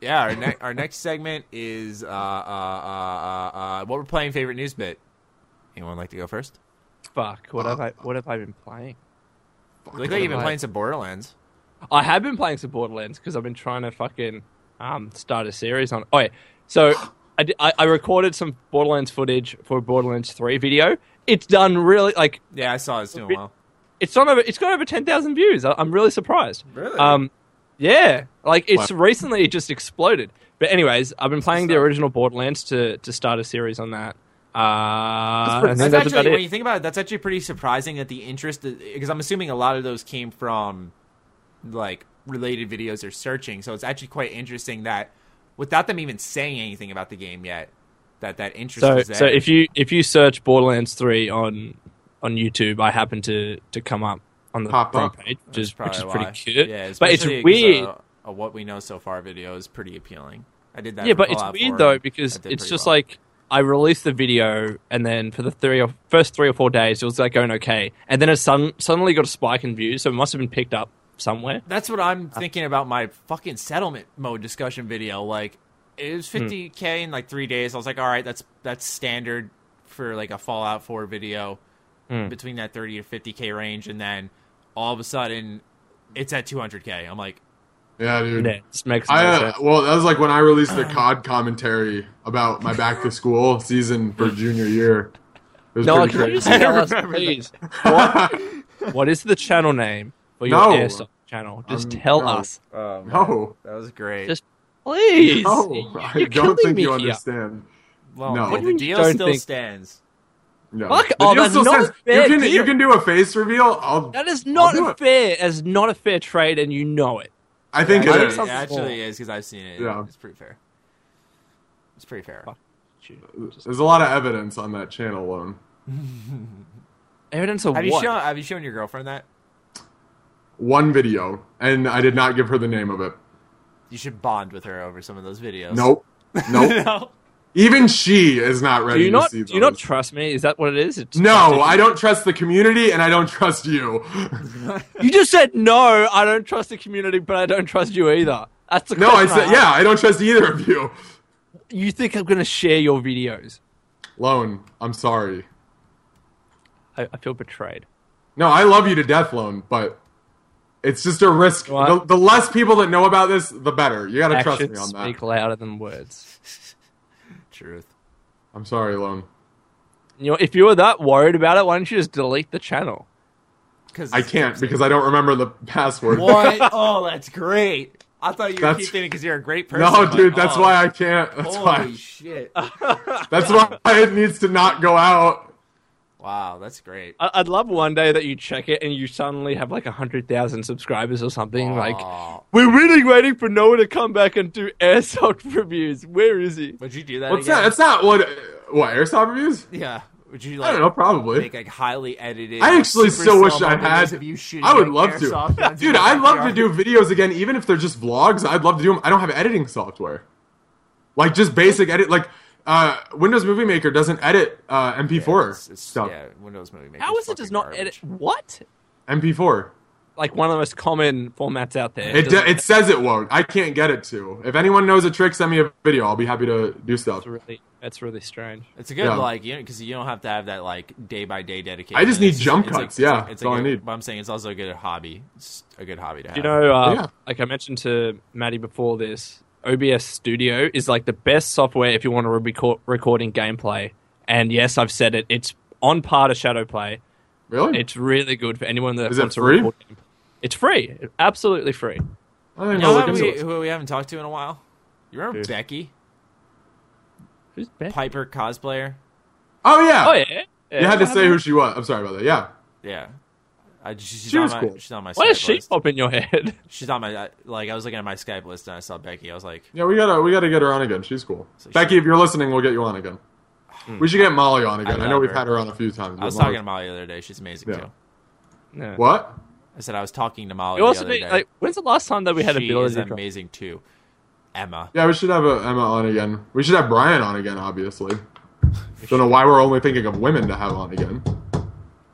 yeah, our, ne- our next segment is uh, uh, uh, uh, uh, what we're playing. Favorite news bit. Anyone like to go first? Fuck. What have I? What have I been playing? You look like you've been Right. playing some Borderlands. I have been playing some Borderlands because I've been trying to fucking um, start a series on. Oh, yeah. So I, di- I, I recorded some Borderlands footage for a Borderlands 3 video. It's done really, like, Yeah, I saw it's doing bit- well. it's done over, it's got over 10,000 views. I, I'm really surprised. Really? Um, yeah. Like, it's Wow. recently it just exploded. But, anyways, I've been playing the stuff. original Borderlands to, to start a series on that. Uh, pretty- and That's that's about actually, it. when you think about it, that's actually pretty surprising that the interest, because I'm assuming a lot of those came from like related videos or searching. So it's actually quite interesting that without them even saying anything about the game yet, that that interest so is there. so if you if you search Borderlands three on on YouTube, I happen to to come up on the Pop front up. page, which is, which Probably is why. pretty cute. Yeah, but it's especially 'cause, weird. uh, uh, what we know so far video is pretty appealing. I did that. yeah, for but it's Fallout 4, weird though and I because did it's pretty just well. like I released the video, and then for the three or first three or four days, it was like going okay, and then it sun, suddenly got a spike in views, so it must have been picked up somewhere. That's what I'm thinking about my fucking settlement mode discussion video. Like, it was Hmm. 50k in like three days. I was like, all right, that's that's standard for like a Fallout 4 video Hmm. between that 30 to 50k range, and then all of a sudden, it's at 200k. I'm like, Yeah, dude. Yeah, it just makes no I uh, sense. well, that was like when I released the COD commentary about my back to school season for junior year. It was Noah, can pretty you crazy. just tell us, remember that. please, what, what is the channel name for your No. airsoft channel? Just Um, tell no. us. no, Oh, that was great. Just please. no, You're I killing don't think me you here. understand. well, no. the deal Don't still think- stands. No. Fuck The off, deal that's still not says- fair you can you deal. can do a face reveal. I'll, That is I'll do not it. fair. As not a fair trade, and you know it. I think Yeah, I it think is. it something- actually is because I've seen it. Yeah. It's pretty fair. It's pretty fair. Fuck. There's a lot of evidence on that channel alone. Evidence of Have you what? shown Have you shown your girlfriend that? One video, and I did not give her the name of it. You should bond with her over some of those videos. Nope, nope. no. Even she is not do ready you not? to see Do you not those. trust me? Is that what it is? It's no, I don't trust the community, and I don't trust you. You just said no. I don't trust the community, but I don't trust you either. That's the No, I question said asked. yeah. I don't trust either of you. You think I'm gonna share your videos? Lone, I'm sorry. I, I feel betrayed. No, I love you to death, Lone, but it's just a risk. What? The, the less people that know about this, the better. You gotta trust me Actions on that. speak louder than words. Truth. I'm sorry, Lone. You know, if you were that worried about it, why don't you just delete the channel? Because I can't because I don't remember the password. What? oh, that's great. I thought you were That's- keep thinking because you're a great person. No, but- dude, that's oh, why I can't. That's Holy why. shit! That's why it needs to not go out. Wow, that's great. I- I'd love one day that you check it and you suddenly have like hundred thousand subscribers or something. Like Aw. we're really waiting for Noah to come back and do airsoft reviews. Where is he? would you do that? What's again? that? That's not what. What airsoft reviews? Yeah. Would you like? I don't know. Probably. Make like highly edited. I like, actually super still wish slow-mo I videos had. Of you shooting, I would like, love airsoft to, guns in dude. your I'd love to backyard. do videos again, even if they're just vlogs. I'd love to do them. I don't have editing software, like just basic edit. Like uh, Windows Movie Maker doesn't edit uh, MP4 It's, it's, stuff. Yeah, Windows Movie Maker. How is it does not edit? What? MP4. Like one of the most common formats out there. It, doesn't- d- it says it won't. I can't get it to. If anyone knows a trick, send me a video. I'll be happy to do stuff. That's really, that's really strange. It's a good Yeah. like you know because you don't have to have that like day by day dedication. I just need It's jump it's a- cuts, it's a- yeah, it's a that's all I good- need. But I'm saying it's also a good hobby. It's a good hobby to have. You know, uh, Yeah. like I mentioned to Maddie before this, OBS Studio is like the best software if you want to record recording gameplay. And yes, I've said it. It's on par to Shadowplay. Really? It's really good for anyone that Is it wants free? to record. gameplay. It's free, absolutely free. I You don't even know know. who what we, it is. who we haven't talked to in a while? You remember Dude. Becky, Who's best? Piper cosplayer? Oh yeah. Oh yeah. yeah. You had to say who she was. I'm sorry about that. Yeah. Yeah, I, she's, She on was my, cool. she's on my. Why Skype does she list. Oh. pop in your head? She's on my I- like. I was looking at my Skype list and I saw Becky. I was like, Yeah, we gotta we gotta get her on again. She's cool. So Becky, she- Hmm. if you're listening, we'll get you on again. We should get Molly on again. I I, know love we've her. had her on a few times. I was but talking to Molly's- Molly the other day. She's amazing Yeah. too. No. what? I said I was talking to Molly You also the other need, day. like, when's the last time that we had she ability is drops? amazing too. Emma. Yeah, we should have uh Emma on again. We should have Brian on again. Obviously, don't know why we're only thinking of women to have on again.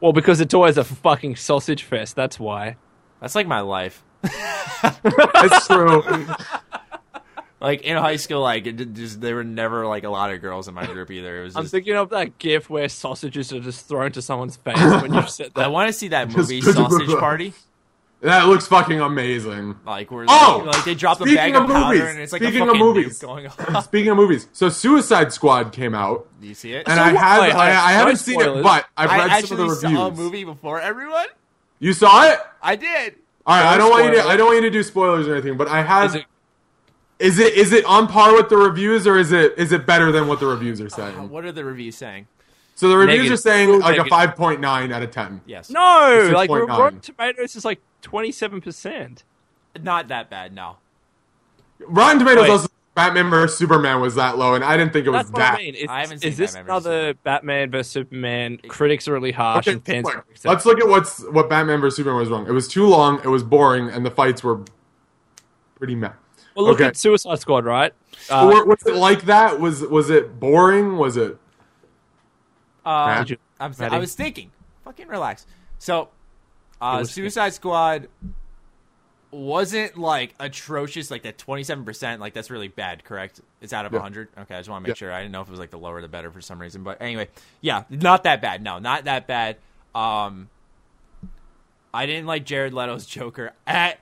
Well, because it's always a fucking sausage fest. That's why. That's like my life. It's true. Like in high school, like it, did- just, there were never like a lot of girls in my group either. It was I'm just, thinking of that gif where sausages are just thrown to someone's face when you said I that. want to see that Just- movie Sausage Party. That looks fucking amazing. Like where Oh! like, like, they dropped a Speaking bag of of, powder movies, and it's like speaking a of fucking nuke movies. going off. Speaking of movies, so Suicide Squad came out, Do you see it? and So I what- have wait, I, hold on, I no haven't seen it, spoilers. but I've I read some of actually the reviews. saw a movie before everyone. You saw it? I did. All right, No I don't want you to spoilers. I don't want you to do spoilers or anything, but I Is have. it- Is it is it on par with the reviews, or is it is it better than what the reviews are saying? Um, What are the reviews saying? So the reviews Uh, Negative. are saying like a Negative. five point nine out of ten. Yes. no, It's like 6.9. Rotten Tomatoes is like 27%. Not that bad. No. Rotten Tomatoes Wait. also Batman vs Superman was that low, and I didn't think it That's was what that. I mean. Is, I haven't seen is this Batman versus another Batman versus Superman? Critics are really harsh Okay, and fans. look, are accepting. let's look at what's what Batman vs Superman was wrong. It was too long. It was boring, and the fights were pretty meh. Well, look okay. at Suicide Squad, right? Uh, Or was it like that? Was was it boring? Was it? Uh, Did you- I'm, s- Ready? I was thinking. Fucking relax. So, It uh, was- Suicide Squad wasn't like atrocious, like that 27%. Like, that's really bad, correct? It's out of Yeah. 100. Okay, I just want to make Yeah. sure. I didn't know if it was like the lower the better for some reason. But anyway, yeah, not that bad. No, not that bad. Um, I didn't like Jared Leto's Joker at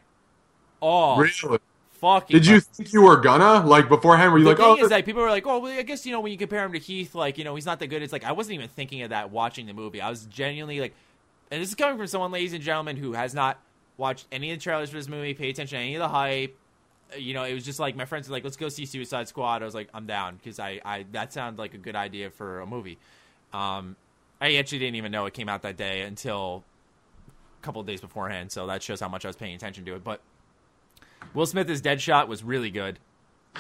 all. Really? Fucking Did you think you were gonna like beforehand? Were you the like, thing oh, is, like, people were like, "Oh, well, I guess you know when you compare him to Heath, like, you know, he's not that good." It's like I wasn't even thinking of that watching the movie. I was genuinely like, and this is coming from someone, ladies and gentlemen, who has not watched any of the trailers for this movie, pay attention to any of the hype. Uh, You know, it was just like my friends were like, "Let's go see Suicide Squad." I was like, "I'm down" because I, I that sounds like a good idea for a movie. Um, I actually didn't even know it came out that day until a couple of days beforehand, so that shows how much I was paying attention to it. But Will Smith as Deadshot was really good.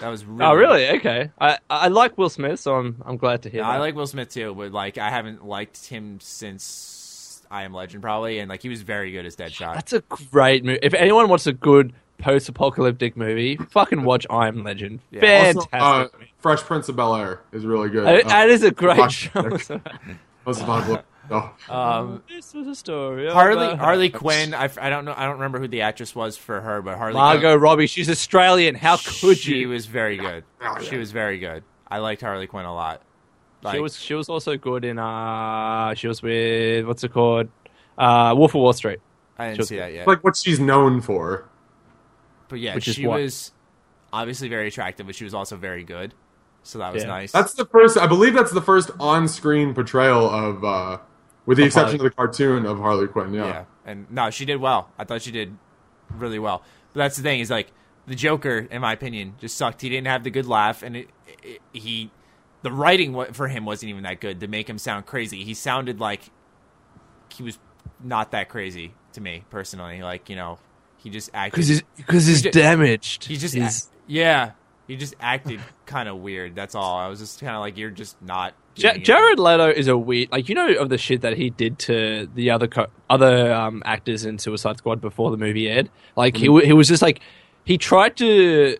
That was really oh, good. really? Okay. I, I like Will Smith, so I'm I'm glad to hear. No, that. I like Will Smith too, but like I haven't liked him since I Am Legend probably, and like he was very good as Deadshot. That's a great movie. If anyone wants a good post-apocalyptic movie, fucking watch I Am Legend. Yeah. also, Fantastic. uh, movie. Fresh Prince of Bel Air is really good. Oh, I- that is a fuck. great show. Most of my blood. Oh. Um, this was a story. of, Harley uh, Harley Quinn, I, f- I don't know, I don't remember who the actress was for her, but Harley Margot Robbie. She's Australian. How Quinn, could uh, she you? was very good. Oh, yeah. She was very good. I liked Harley Quinn a lot. Like, she was. She was also good in. Uh, she was with what's it called? Uh, Wolf of Wall Street. I didn't she was see good. that yet, Like what she's known for. but yeah, which is she what? was obviously very attractive, but she was also very good. So that was Yeah. nice. That's the first. I believe that's the first on-screen portrayal of, uh, with the exception of the cartoon of Harley Quinn. Oh. Yeah. Yeah, and no, she did well. I thought she did really well. But that's the thing is like the Joker, in my opinion, just sucked. He didn't have the good laugh, and it, it, he, the writing wa- for him wasn't even that good to make him sound crazy. He sounded like he was not that crazy to me personally. Like you know, he just acted Because he's because he's ju- damaged. he just He's- act- yeah, he just acted kind of weird. That's all. I was just kind of like you're just not. Ja- doing it. Jared Leto is a weird, like you know, of the shit that he did to the other co- other um, actors in Suicide Squad before the movie aired. Like he w- he was just like he tried to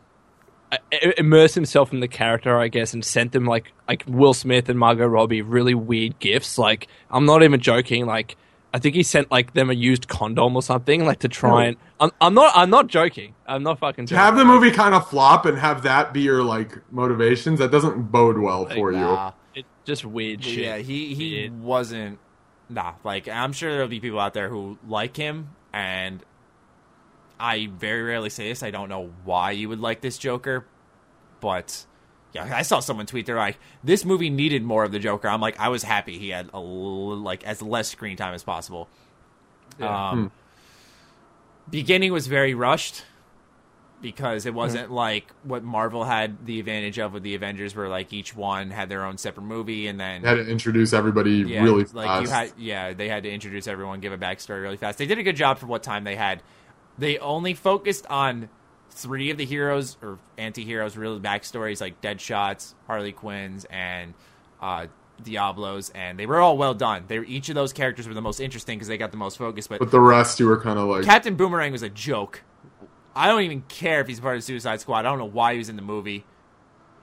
uh, i- immerse himself in the character, I guess, and sent them like like Will Smith and Margot Robbie really weird gifts. Like I'm not even joking. Like I think he sent like them a used condom or something, like to try and I'm I'm not I'm not joking. I'm not fucking To joking. have the movie kind of flop and have that be your like motivations, that doesn't bode well for you. Nah. It's just weird shit. Yeah, he he Shit. wasn't. Nah, like I'm sure there'll be people out there who like him, and I very rarely say this. I don't know why you would like this Joker, but yeah, I saw someone tweet. They're like, "This movie needed more of the Joker." I'm like, I was happy he had a l- like as less screen time as possible. Yeah. Hmm. Um, Beginning was very rushed because it wasn't like what Marvel had the advantage of with the Avengers, where like each one had their own separate movie, and then You had to introduce everybody yeah, really like fast. you had yeah they had to introduce everyone give a backstory really fast they did a good job for what time they had they only focused on three of the heroes or anti-heroes real backstories like deadshots harley quinns and uh diablos and they were all well done they were, each of those characters were the most interesting because they got the most focus but but the rest, you were kind of like, Captain Boomerang was a joke. I don't even care if he's part of Suicide Squad. I don't know why he was in the movie.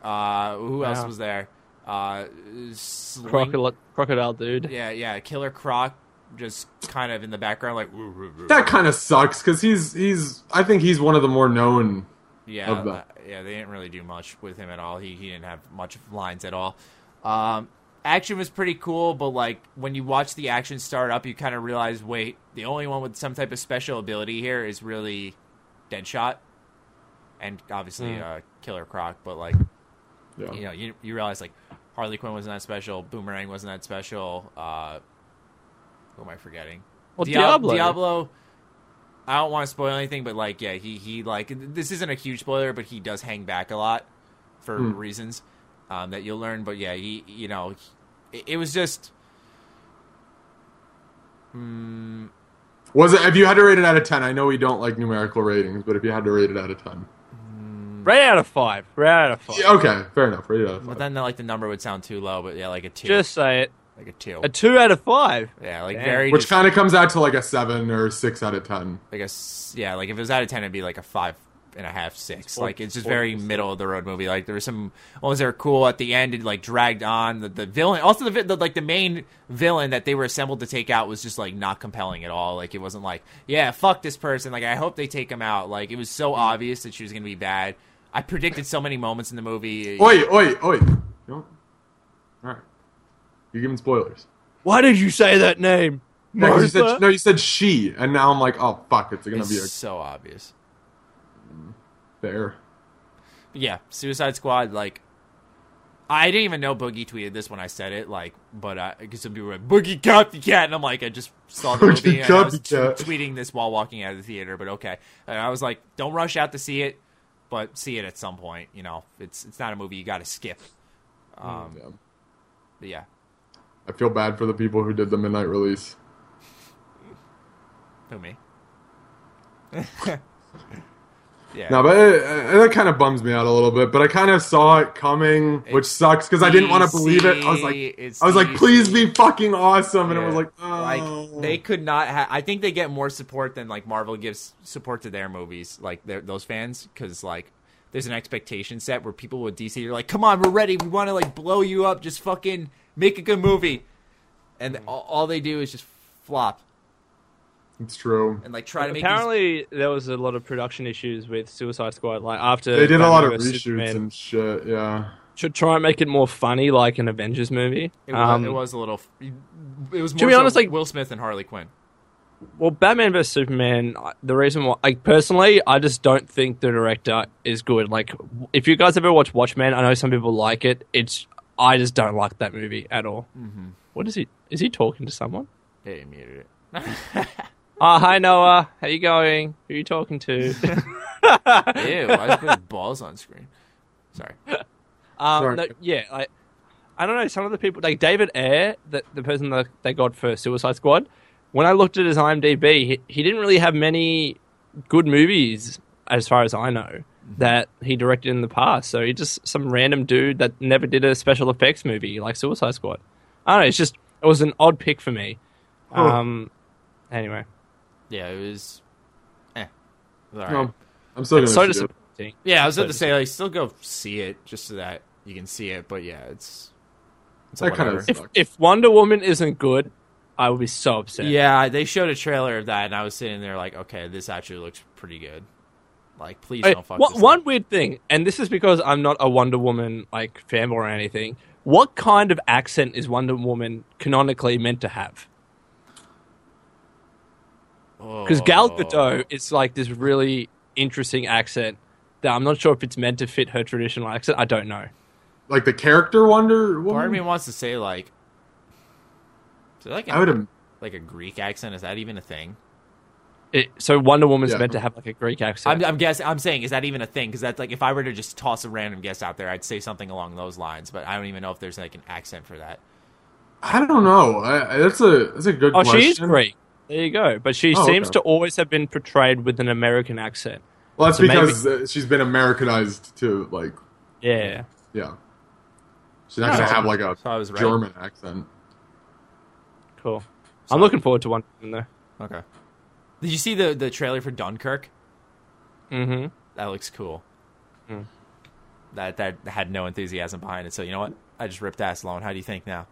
Uh, who else Yeah. was there? Uh, Sling- crocodile, crocodile dude. Yeah, yeah. Killer Croc just kind of in the background, like. "Woo, woo, woo." that kind of sucks because he's he's. I think he's one of the more known Yeah, of that. uh, yeah, they didn't really do much with him at all. He he didn't have much lines at all. Um, action was pretty cool, but like when you watch the action start up, you kind of realize, wait, the only one with some type of special ability here is really Deadshot, and obviously Hmm. uh, Killer Croc. But like Yeah. you know, you you realize like Harley Quinn wasn't that special, Boomerang wasn't that special. Uh, who am I forgetting? Well, Diab- Diablo. Diablo. I don't want to spoil anything, but like, yeah, he he like this isn't a huge spoiler, but he does hang back a lot for Hmm. reasons um, that you'll learn. But yeah, he you know, he- it, it was just Was it? If you had to rate it out of ten, I know we don't like numerical ratings, but if you had to rate it out of ten, Right out of five. Right out of five. Yeah, okay, fair enough. Rate it out of But five. then like the number would sound too low, but yeah, like a two, Just say it. like a two, A two out of five. yeah, like Damn. very Which just- kind of comes out to like a seven or six out of ten. like a s- yeah, like if it was out of ten, it'd be like a five and a half, six. four- like it's just four very percent. middle of the road movie. Like there were some ones that were cool at the end and like dragged on. The, the villain, also the, vi- the like the main villain that they were assembled to take out was just like not compelling at all. Like it wasn't like yeah, fuck this person. Like I hope they take him out. Like it was so Mm. obvious that she was gonna be bad. I predicted so many moments in the movie. Oi, oi, oi! You don't- All right, you're giving spoilers. Why did you say that name? No, 'cause you Martha? said no. You said she, and now I'm like, oh fuck, it's gonna it's be a so obvious. fair. But yeah, Suicide Squad. Like, I didn't even know Boogie tweeted this when I said it. Like, but because some people were like, Boogie copycat, and I'm like, I just saw the Boogie movie and I was t- copycat. tweeting this while walking out of the theater. But okay, and I was like, don't rush out to see it, but see it at some point. You know, it's it's not a movie you got to skip. Um, Yeah. but yeah, I feel bad for the people who did the midnight release. who me? yeah, No, but it, it, that kind of bums me out a little bit. But I kind of saw it coming, which It's sucks because I didn't want to DC, believe it. I was like, it's I was like, DC. please be fucking awesome, and it was like, oh. like they could not. Ha- I think they get more support than like Marvel gives support to their movies, like their, those fans, because like there's an expectation set where people with DC are like, "Come on, we're ready. We want to like blow you up. Just fucking make a good movie," and all, all they do is just flop it's true. and like try to make. these- Apparently, there was a lot of production issues with Suicide Squad. Like after They did a lot of Batman reshoots vs Superman. and shit. Yeah, should try and make it more funny, like an Avengers movie. it, was, Um, it was a little. It was more To be so honest, like- Will Smith and Harley Quinn. Well, Batman vs Superman. I- The reason why, like personally, I just don't think the director is good. Like, w- if you guys ever watch Watchmen, I know some people like it. It's I just don't like that movie at all. Mm-hmm. What is he? Is he talking to someone? Hey, muted it. Ah, hi Noah. How you going? Who are you talking to? Ew, I was putting balls on screen. Sorry. Um, Sorry. no, yeah, like I don't know. Some of the people, like David Ayer, the, the person that they got for Suicide Squad, when I looked at his IMDb, he, he didn't really have many good movies, as far as I know, Mm-hmm. that he directed in the past. So he just some random dude that never did a special effects movie like Suicide Squad. I don't know. It's just it was an odd pick for me. Huh. Um, anyway, Yeah, it was. Eh. It was all right. no, I'm still gonna so see it. disappointing. Yeah, I was about to So- say like still go see it just so that you can see it, but yeah, it's it's a That kinda whatever. sucks. If if Wonder Woman isn't good, I would be so upset. yeah, they showed a trailer of that, and I was sitting there like, okay, this actually looks pretty good. Like, please Hey, don't fuck one, this one up. weird thing, and this is because I'm not a Wonder Woman like fanboy or anything. What kind of accent is Wonder Woman canonically meant to have? Oh. Because Gal Gadot is like this really interesting accent that I'm not sure if it's meant to fit her traditional accent. I don't know. Like the character Wonder Woman. part of me wants to say like, is it like I would a, have. like a Greek accent? Is that even a thing? It, so Wonder Woman's Yeah. meant to have like a Greek accent. I'm, I'm guessing. I'm saying, is that even a thing? Because that's like, if I were to just toss a random guess out there, I'd say something along those lines. But I don't even know if there's like an accent for that. I don't know. I, I- that's a that's a good. oh, question. she's Greek. There you go. But she Oh, seems okay. to always have been portrayed with an American accent. Well, that's So maybe- because uh, she's been Americanized to like Yeah. yeah. She's not gonna have like a So I was right. German accent. Cool. I'm looking forward to Wonder Woman Okay. Did you see the the trailer for Dunkirk? though. Mm-hmm. That looks cool. Hmm. That that had no enthusiasm behind it. So you know what? I just ripped ass alone. How do you think now?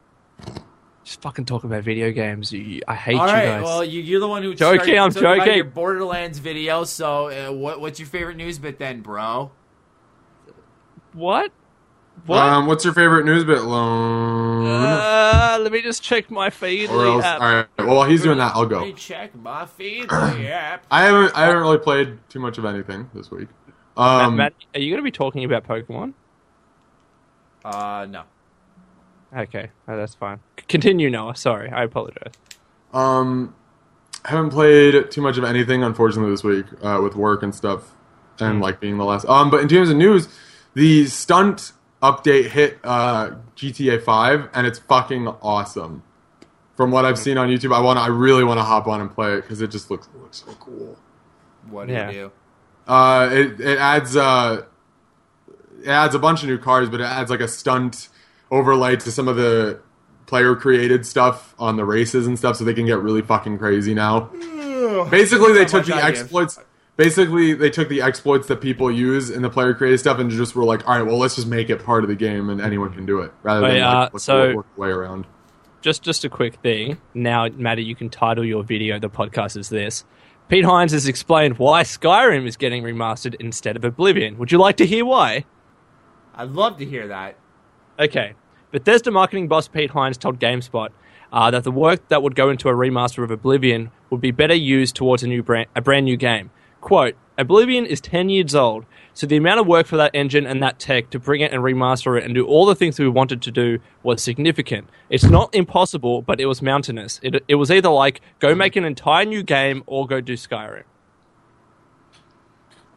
Just fucking talk about video games. You- you- I hate All you right. guys. Well, you, you're the one who Joking, started I'm talking about joking. your Borderlands video. So, uh, what, what's your favorite news bit then, bro? what? What? Um, what's your favorite news bit, Lone? uh, let me just check my feed. or else, all right. Well, while he's doing that, I'll Oh. Let me go. check my feed. yeah. I haven't, I haven't really played too much of anything this week. Um, Matt, are you going to be talking about Pokemon? Uh, no. Okay, oh, that's fine. C- Continue, Noah. Sorry, I apologize. Um, haven't played too much of anything, unfortunately, this week uh, with work and stuff, Hmm. and like being the last. Um, but in terms of news, the stunt update hit uh, GTA Five, and it's fucking awesome. From what Hmm. I've seen on YouTube, I want to I really want to hop on and play it because it just looks looks so cool. What do Yeah. you do? Uh, it it adds uh, it adds a bunch of new cars, but it adds like a stunt overlay to some of the player created stuff on the races and stuff, so they can get really fucking crazy now. Basically, they took much the I give. exploits. Basically, they tok the exploits that people use in the player created stuff and just were like, all right, well, let's just make it part of the game and anyone can do it rather Wait, than uh, like, so- so, work the way around. Just, just a quick thing. Now, Matty, you can title your video. The podcast is this. Pete Hines has explained why Skyrim is getting remastered instead of Oblivion. Would you like to hear why? I'd love to hear that. Okay. Bethesda marketing boss Pete Hines told GameSpot uh, that the work that would go into a remaster of Oblivion would be better used towards a new brand, a brand new game. Quote: Oblivion is 10 years old, so the amount of work for that engine and that tech to bring it and remaster it and do all the things we wanted to do was significant. It's not impossible, but it was mountainous. It, it was either like go make an entire new game or go do Skyrim.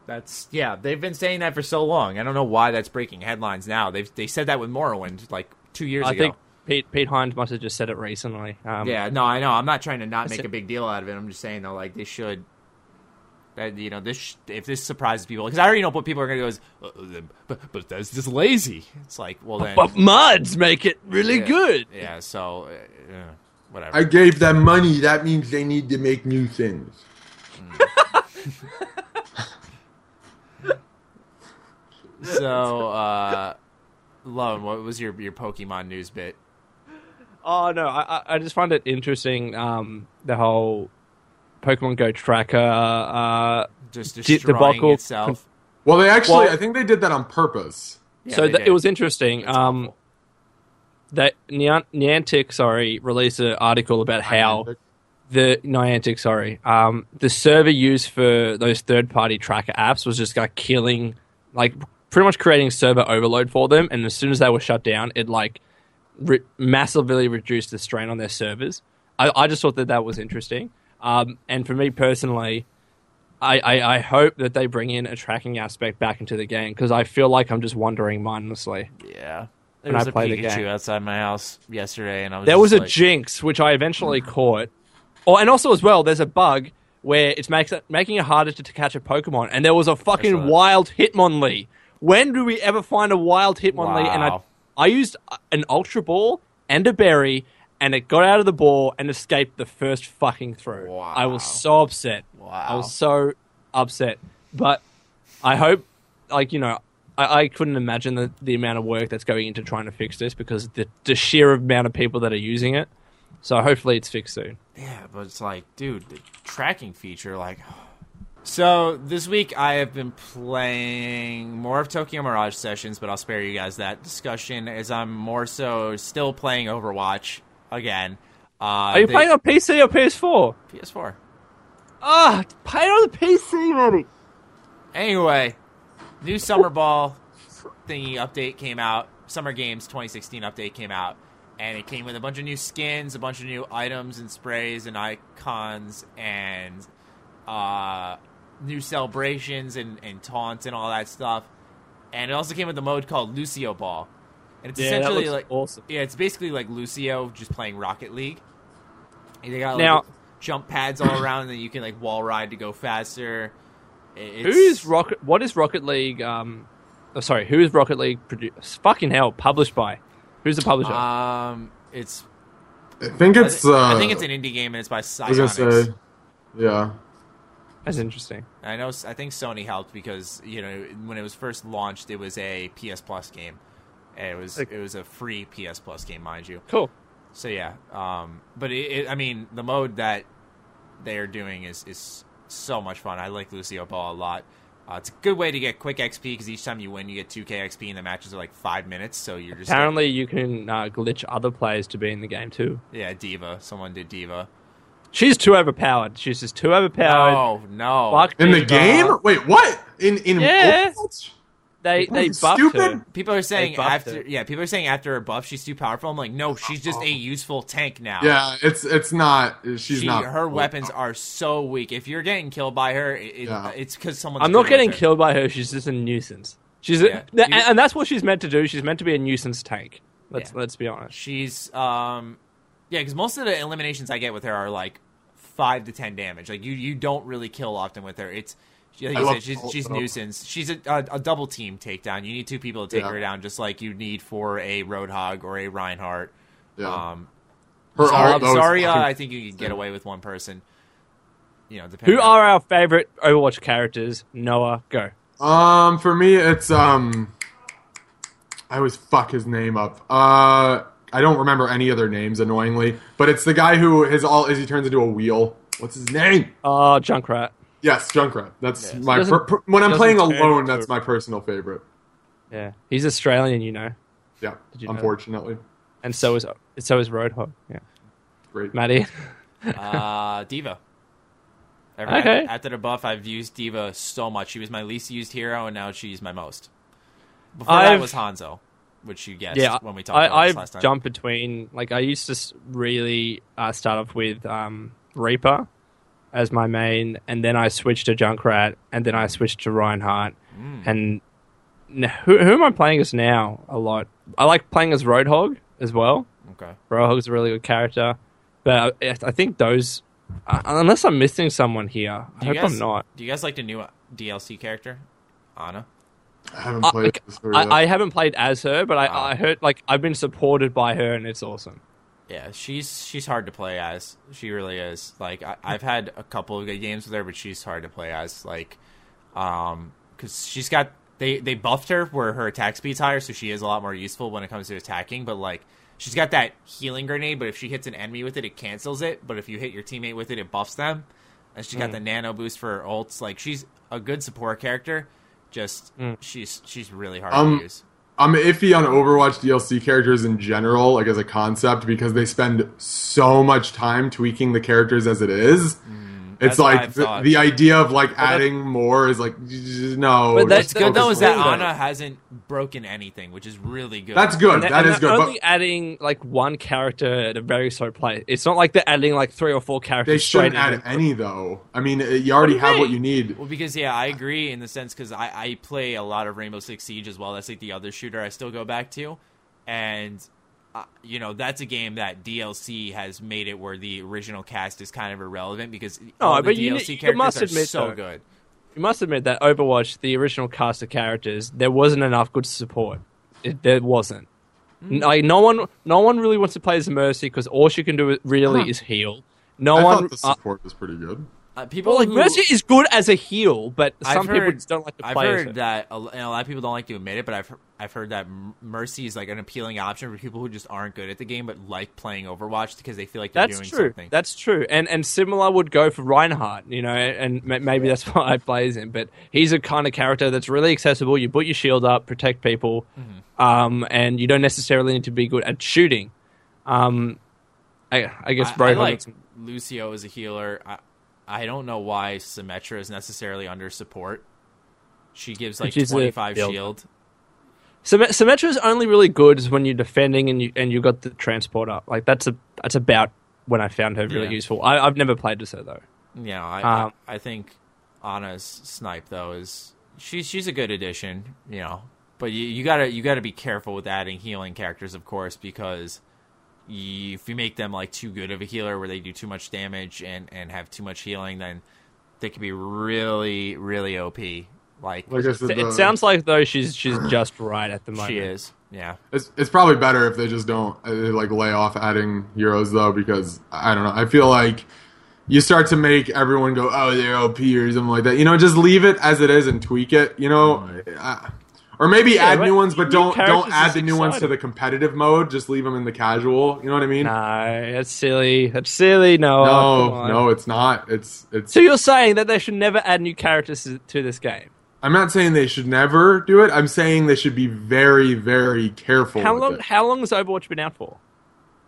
That's yeah. They've been saying that for so long. I don't know why that's breaking headlines now. They they said that with Morrowind like two years I ago. think Pete, Pete Hines must have just said it recently. Um, yeah. No, I know. I'm not trying to not make said- a big deal out of it. I'm just saying though, like they should. That you know, this sh- if this surprises people, because I already know what people are gonna go is, "Uh, uh, but but that's just lazy. It's like, well then, But mods make it really yeah, good. Yeah. So, uh, uh, whatever. I gave them money. That means they need to make new things. So, uh, Lone, what was your your Pokemon news bit? Oh no, I, I- I just find it interesting. Um, the whole Pokemon Go tracker. Uh, Just Did the destroying buckle itself. Well, they actually, Well- I think they did that on purpose. Yeah, so they that, did. it was interesting. Um, awful. that Nian- Niantic, sorry, released an article about how the Niantic, sorry, um, the server used for those third-party tracker apps was just like killing, like pretty much creating server overload for them. And as soon as they were shut down, it like re- massively reduced the strain on their servers. I, I just thought that that was interesting. Um, and for me personally, I, I, I hope that they bring in a tracking aspect back into the game because I feel like I'm just wandering mindlessly. Yeah. There When I was a played the Pikachu game. outside my house yesterday, and I was. There just was a like, jinx which I eventually caught. Oh, and also as well, there's a bug where it's makes it, making it harder to, to catch a Pokemon, and there was a saw fucking that. wild Hitmonlee. When do we ever find a wild Hitmonlee? And I Wow. I used an Ultra Ball and a Berry, and it got out of the ball and escaped the first fucking throw. Wow. I was so upset. I Wow. was so upset. But I hope, like, you know, I, I couldn't imagine the, the amount of work that's going into trying to fix this because the, the sheer amount of people that are using it. So hopefully it's fixed soon. Yeah, but it's like, dude, the tracking feature, like. So this week I have been playing more of Tokyo Mirage Sessions, but I'll spare you guys that discussion. As I'm more so still playing Overwatch again. Uh, Are you playing on PC or PS4? PS4? Ah, play it on the PC, Matty. Anyway, new summer ball thingy update came out. Summer Games 2016 update came out, and it came with a bunch of new skins, a bunch of new items and sprays and icons, and uh, new celebrations and, and taunts and all that stuff. And it also came with a mode called Lucio Ball, and it's Yeah, that essentially looks like awesome. yeah, it's basically like Lucio just playing Rocket League. And they got like, Now- jump pads all around, and then you can like wall ride to go faster. It- Who It's, is Rocket? What is Rocket League? Um, oh, sorry, who is Rocket League? Produ- fucking hell, published by? Who's the publisher? Um, it's. I think I, it's. thi- uh, I think it's an indie game, and it's by I was gonna say, Psyonix. yeah. That's interesting. I know. I think Sony helped because you know when it was first launched, it was a PS Plus game. And It was Okay. it was a free PS Plus game, mind you. Cool. So yeah, um, but it, it, I mean, the mode that they are doing is is so much fun. I like Lucio Ball a lot. Uh, it's a good way to get quick XP because each time you win, you get 2k XP, and the matches are like five minutes. So you're just like- Apparently, you can uh, glitch other players to be in the game too. yeah, Diva. Someone did Diva. She's too overpowered. She's just too overpowered. Oh no! Fuck In the Diva. game? uh, Wait, what? In in Yeah. Overwatch? They they That's buffed stupid. her. People are saying buffed after, it. yeah, people are saying after her buff, she's too powerful. I'm like, no, she's just a useful tank now. Yeah, it's it's not. She's She, not. her weapons are so weak. If you're getting killed by her, it, it- Yeah. it's because someone's. I'm not good with getting her. killed by her. She's just a nuisance. She's Yeah. a, th- You- and, and that's what she's meant to do. She's meant to be a nuisance tank. Let's Yeah. let's be honest. She's um yeah, because most of the eliminations I get with her are like five to ten damage. Like you you don't really kill often with her. It's like I you love said, she's Paul, she's though. nuisance. She's a, a, a double team takedown. You need two people to take Yeah. her down, just like you need for a Roadhog or a Reinhardt. Yeah. Um, uh, Her Zarya, ult, oh, though, is Zarya, fucking- I think you can get away with one person. You know, depending. Who on- are our favorite Overwatch characters? Noah, go. Um, for me, it's um, I always fuck his name up. Uh, I don't remember any other names annoyingly, but it's the guy who his all is he turns into a wheel. What's his name? Oh, Junkrat. Yes, Junkrat. That's Yes. my Doesn't- per, per- when I'm doesn't playing turn alone. into- That's my personal favorite. Yeah, he's Australian, you know, Yeah, Did you know that? unfortunately, and so is so is Roadhog. Yeah, great. Maddie. Uh, Diva. Every, Okay. After the buff, I've used Diva so much. She was my least used hero, and now she's my most. Before that I've- was Hanzo, which you guessed yeah, when we talked about I, this last time. I've jumped between. Like, I used to s- really uh, start off with um, Reaper as my main, and then I switched to Junkrat, and then I switched to Reinhardt. Hmm. And n- who, who am I playing as now? A lot. I like playing as Roadhog as well. Okay. Roadhog's a really good character, but I, I think those, uh, unless I'm missing someone here, I Do you hope guys, I'm not. Do you guys like the new DLC character, Anna? I haven't I- played like, this very yet. I, I haven't played as her, but I, Ah. I heard like I've been supported by her, and it's awesome. Yeah, she's she's hard to play as. She really is. Like I, I've had a couple of good games with her, but she's hard to play as. Like, um, because she's got they they buffed her where her attack speed's higher, so she is a lot more useful when it comes to attacking. But like, she's got that healing grenade, but if she hits an enemy with it, it cancels it. But if you hit your teammate with it, it buffs them. And she got the nano boost for her ults. Like she's a good support character. Just she's she's really hard Um, to use. I'm iffy on Overwatch DLC characters in general, like as a concept, because they spend so much time tweaking the characters as it is. Mm, that's it's what like I've the, thought. the idea of like adding more is like j- j- no. But just that's What's good though focus is that on- Anna hasn't broken anything, which is really good. That's good. And that and is good. They're But only adding like one character at a very slow play. It's not like they're adding like three or four characters. they shouldn't straight in. add any though. I mean, uh, you already have what you need. Well, because yeah, I agree in the sense because I, I play a lot of Rainbow Six Siege as well. That's like the other shooter I still go back to, and uh, you know that's a game that DLC has made it where the original cast is kind of irrelevant because all the but you DLC ne- you characters must are admit, so though- good. Uh, You must admit that Overwatch, the original cast of characters, there wasn't enough good support. It, there wasn't. Mm. N- Like no one, no one really wants to play as Mercy because all she can do really Uh-huh. is heal. No I one. thought the uh, support was pretty good. Uh, people well, like who- Mercy is good as a heal, but I've some people heard- just don't like to play. I've as heard her. that, a, and a lot of people don't like to admit it, but I've he- I've heard that M- Mercy is like an appealing option for people who just aren't good at the game but like playing Overwatch because they feel like they're That's doing true. something. That's true. And and similar would go for Reinhardt, you know, and ma- maybe that's why I plays him. But he's a kind of character that's really accessible. You put your shield up, protect people, Mm-hmm. um, and you don't necessarily need to be good at shooting. Um, I, I guess I, I Roadhog like is- Lucio as a healer. I, I don't know why Symmetra is necessarily under support. She gives like She's a twenty five build. shield. Symm- Symmetra's only really good is when you're defending and you and you got the transport up. Like that's a that's about when I found her really Yeah. useful. I, I've never played as her though. Yeah, I, Um, I I think Anna's snipe though is she's she's a good addition. You know, but you, you gotta you gotta be careful with adding healing characters, of course, because you, if you make them like too good of a healer where they do too much damage and and have too much healing, then they could be really really OP. Like Like I said, It, the- it sounds like though she's she's just right at the moment. she is. Yeah. It's, it's probably better if they just don't uh, like lay off adding heroes though because I don't know. I feel like you start to make everyone go, oh, they're OP or something like that. You know, just leave it as it is and tweak it. You know, I, Or maybe add but new ones, but new don't don't characters add is the new ones to exciting. the competitive mode. Just leave them in the casual. You know what I mean? No, that's silly. That's silly. No, come no, on. no, it's not. It's it's. So you're saying that they should never add new characters to- to this game? I'm not saying they should never do it. I'm saying they should be very, very careful. How with long? it. How long has Overwatch been out for?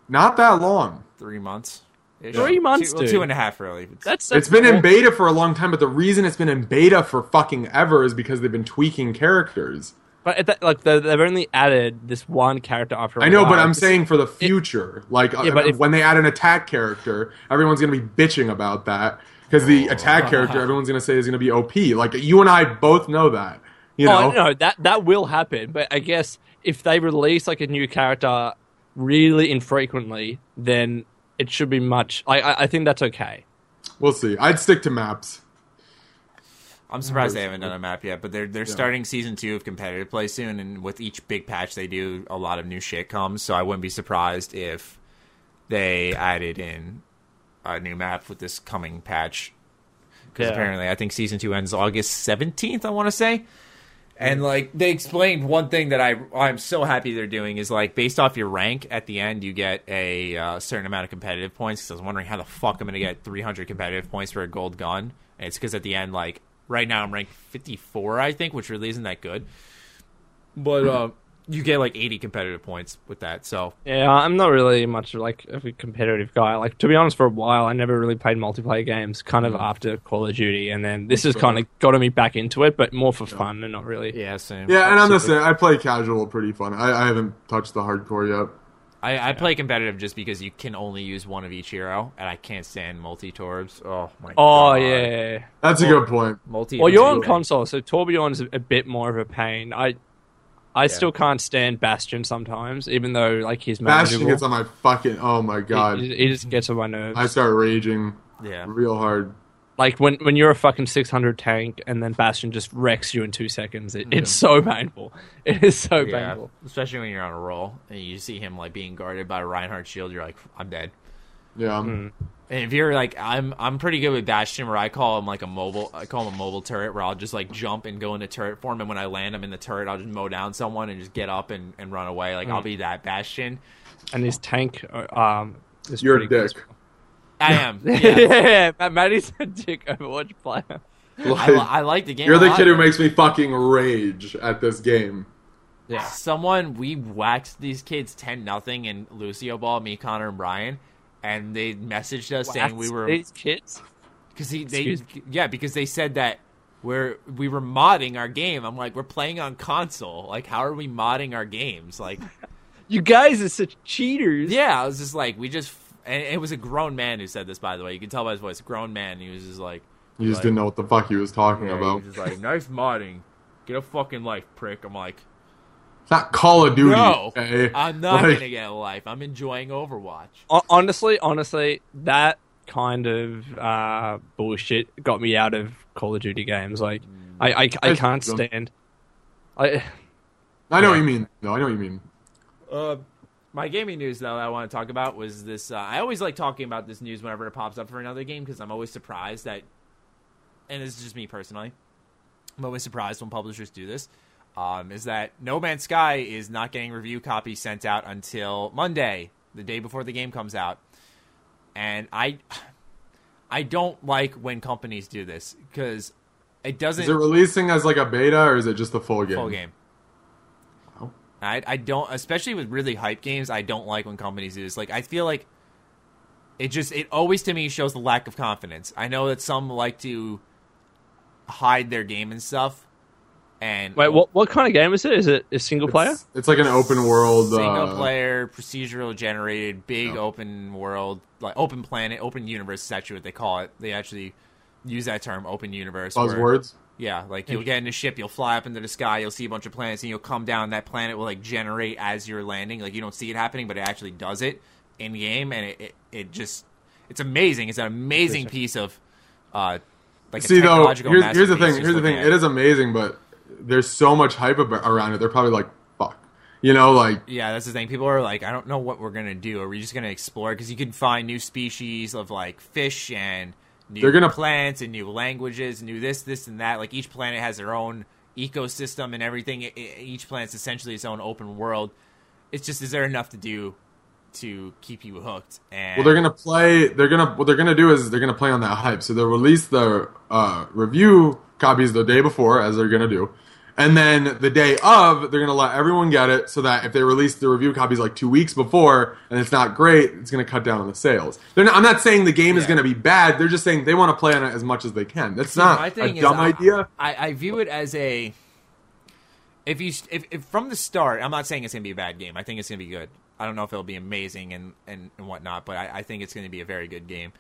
Not that long. Three months. Three months, Two, well, dude. two and a half, really. It's- That's, that's It's been in awful. beta for a long time, but the reason it's been in beta for fucking ever is because they've been tweaking characters. But at that, like they- they've only added this one character after. I I know, but I'm saying for the future, like uh, but if- when they add an attack character, everyone's gonna be bitching about that because the Oh. attack character everyone's gonna say is gonna be OP. Like you and I both know that. You know, Oh, no, that that will happen. But I guess if they release like a new character really infrequently, then it should be much. I I, I think that's okay. we'll see. I'd stick to maps. I'm surprised they haven't done a map yet, but they're they're starting season two of competitive play soon, and with each big patch they do, a lot of new shit comes. So I wouldn't be surprised if they added in a new map with this coming patch. Because Yeah. apparently, I think season two ends August 17th. I want to say. And like they explained one thing that I I'm so happy they're doing is like based off your rank at the end you get a uh, certain amount of competitive points because I was wondering how the fuck I'm gonna get 300 competitive points for a gold gun and it's because at the end like right now I'm ranked 54 I think which really isn't that good but uh, you get like 80 competitive points with that so Yeah, I'm not really much like of a competitive guy. Like to be honest, for a while I never really played multiplayer games. Kind Mm. of after Call of Duty, and then this has kind of gotten me back into it, but more for fun and not really. yeah same Yeah, and I'm the same. I play casual pretty fun. I, I haven't touched the hardcore yet. I, I play competitive just because you can only use one of each hero and I can't stand multi torbs oh my God. Oh yeah. That's a good point. multi Well, you're on console. console, so Torbjorn's a a bit more of a pain. I, I still can't stand Bastion sometimes, even though like he's Bastion manageable. gets on my fucking. Oh my god, He, he just gets on my nerves. I start raging yeah real hard. like when, when you're a fucking 600 tank and then Bastion just wrecks you in two seconds. It, It's so painful. It is so Mm. Yeah, painful. especially when you're on a roll and you see him like being guarded by Reinhardt shield, you're like, I'm dead. Yeah. Hmm. And if you're like, I'm I'm pretty good with Bastion, where I call him like a mobile, I call him a mobile turret, where I'll just like jump and go into turret form, and when I land him in the turret, I'll just mow down someone and just get up and, and run away. Like Mm. I'll be that Bastion. And his tank, uh, um, is You're a pretty good dick. I am. as Yeah. well. yeah, Matt- Matty's a dick Overwatch player. I, li- I like the game. You're a the lot. kid who makes me fucking rage at this game. Yeah. someone we waxed these kids 10 nothing and Lucio Ball, me, Connor, and Brian, and they messaged us saying we were these kids. Because he, they, Excuse yeah, because they said that we're we were modding our game. I'm like, we're playing on console. Like, how are we modding our games? Like, You guys are such cheaters. yeah, I was just like, we just. And it was a grown man who said this, by the way. You can tell by his voice, a grown man. He was just like, You just Right. didn't know what the fuck he was talking yeah, he about. was just like, nice modding. Get a fucking life, prick. I'm like, It's not Call of Duty. no, okay? I'm not Like, gonna get a life. I'm enjoying Overwatch. Hon- honestly, honestly, that kind of uh, bullshit got me out of Call of Duty games. Like, I, I, I I can't don't- stand. I, I know what you mean. No, I know what you mean. Uh, my gaming news though that I want to talk about was this. Uh, I always like talking about this news whenever it pops up for another game because I'm always surprised that, and this is just me personally, I'm always surprised when publishers do this. Um, is that No Man's Sky is not getting review copies sent out until Monday, the day before the game comes out, and I, I don't like when companies do this because it doesn't Is it releasing as like a beta or is it just the full game? full game. Wow. I I don't especially with really hype games, I don't like when companies do this. Like I feel like it just it always to me shows the lack of confidence. I know that some like to hide their game and stuff. And wait, what, what kind of game is it? Is it a single player? It's, it's like an open world. single uh, player procedural generated big open world like open planet, open universe is actually what they call it. They actually use that term open universe where- Buzzwords. yeah, like you'll get in a ship, you'll fly up into the sky, you'll see a bunch of planets, and you'll come down. That planet will like generate as you're landing. Like you don't see it happening, but it actually does it in game, and it, it, it just it's amazing. It's an amazing piece of uh, like a See though, technological here's, here's the masterpiece thing. just Here's the looking thing. at It is amazing, but there's so much hype ab- around it. They're probably like, fuck. You know, like yeah, that's the thing. People are like, I don't know what we're gonna do. Are we just gonna explore? Because you can find new species of like fish and new They're gonna- plants and new languages, new this, this, and that. Like each planet has their own ecosystem and everything. I- I- each planet's essentially its own open world. It's just is there enough to do to keep you hooked? And Well, they're gonna play. They're gonna what they're gonna do is they're gonna play on that hype. So they'll release the uh, review copies the day before, as they're gonna do, and then the day of, they're gonna let everyone get it, so that if they release the review copies like two weeks before and it's not great, it's gonna cut down on the sales. They're not, I'm not saying the game is Yeah. gonna be bad. They're just saying they want to play on it as much as they can. That's not My a thing is, dumb I- idea. I, I view it as a if you if, if from the start. I'm not saying it's going to be a bad game. I think it's going to be good. I don't know if it'll be amazing and and, and whatnot, but I, I think it's going to be a very good game.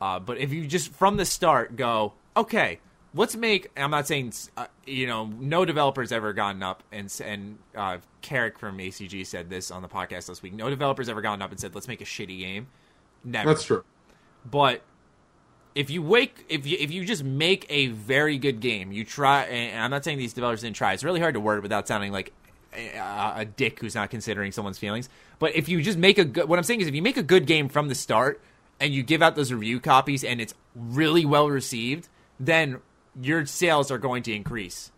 Uh, but if you just from the start go, okay, let's make. I'm not saying uh, you know no developers ever gotten up and s- and uh, Carrick from ACG said this on the podcast last week. No developers ever gotten up and said let's make a shitty game. Never. That's true. But if you wake, if you if you just make a very good game, you try. And I'm not saying these developers didn't try. It's really hard to word it without sounding like a, a dick who's not considering someone's feelings. But if you just make a good, what I'm saying is, if you make a good game from the start and you give out those review copies and it's really well received, then your sales are going to increase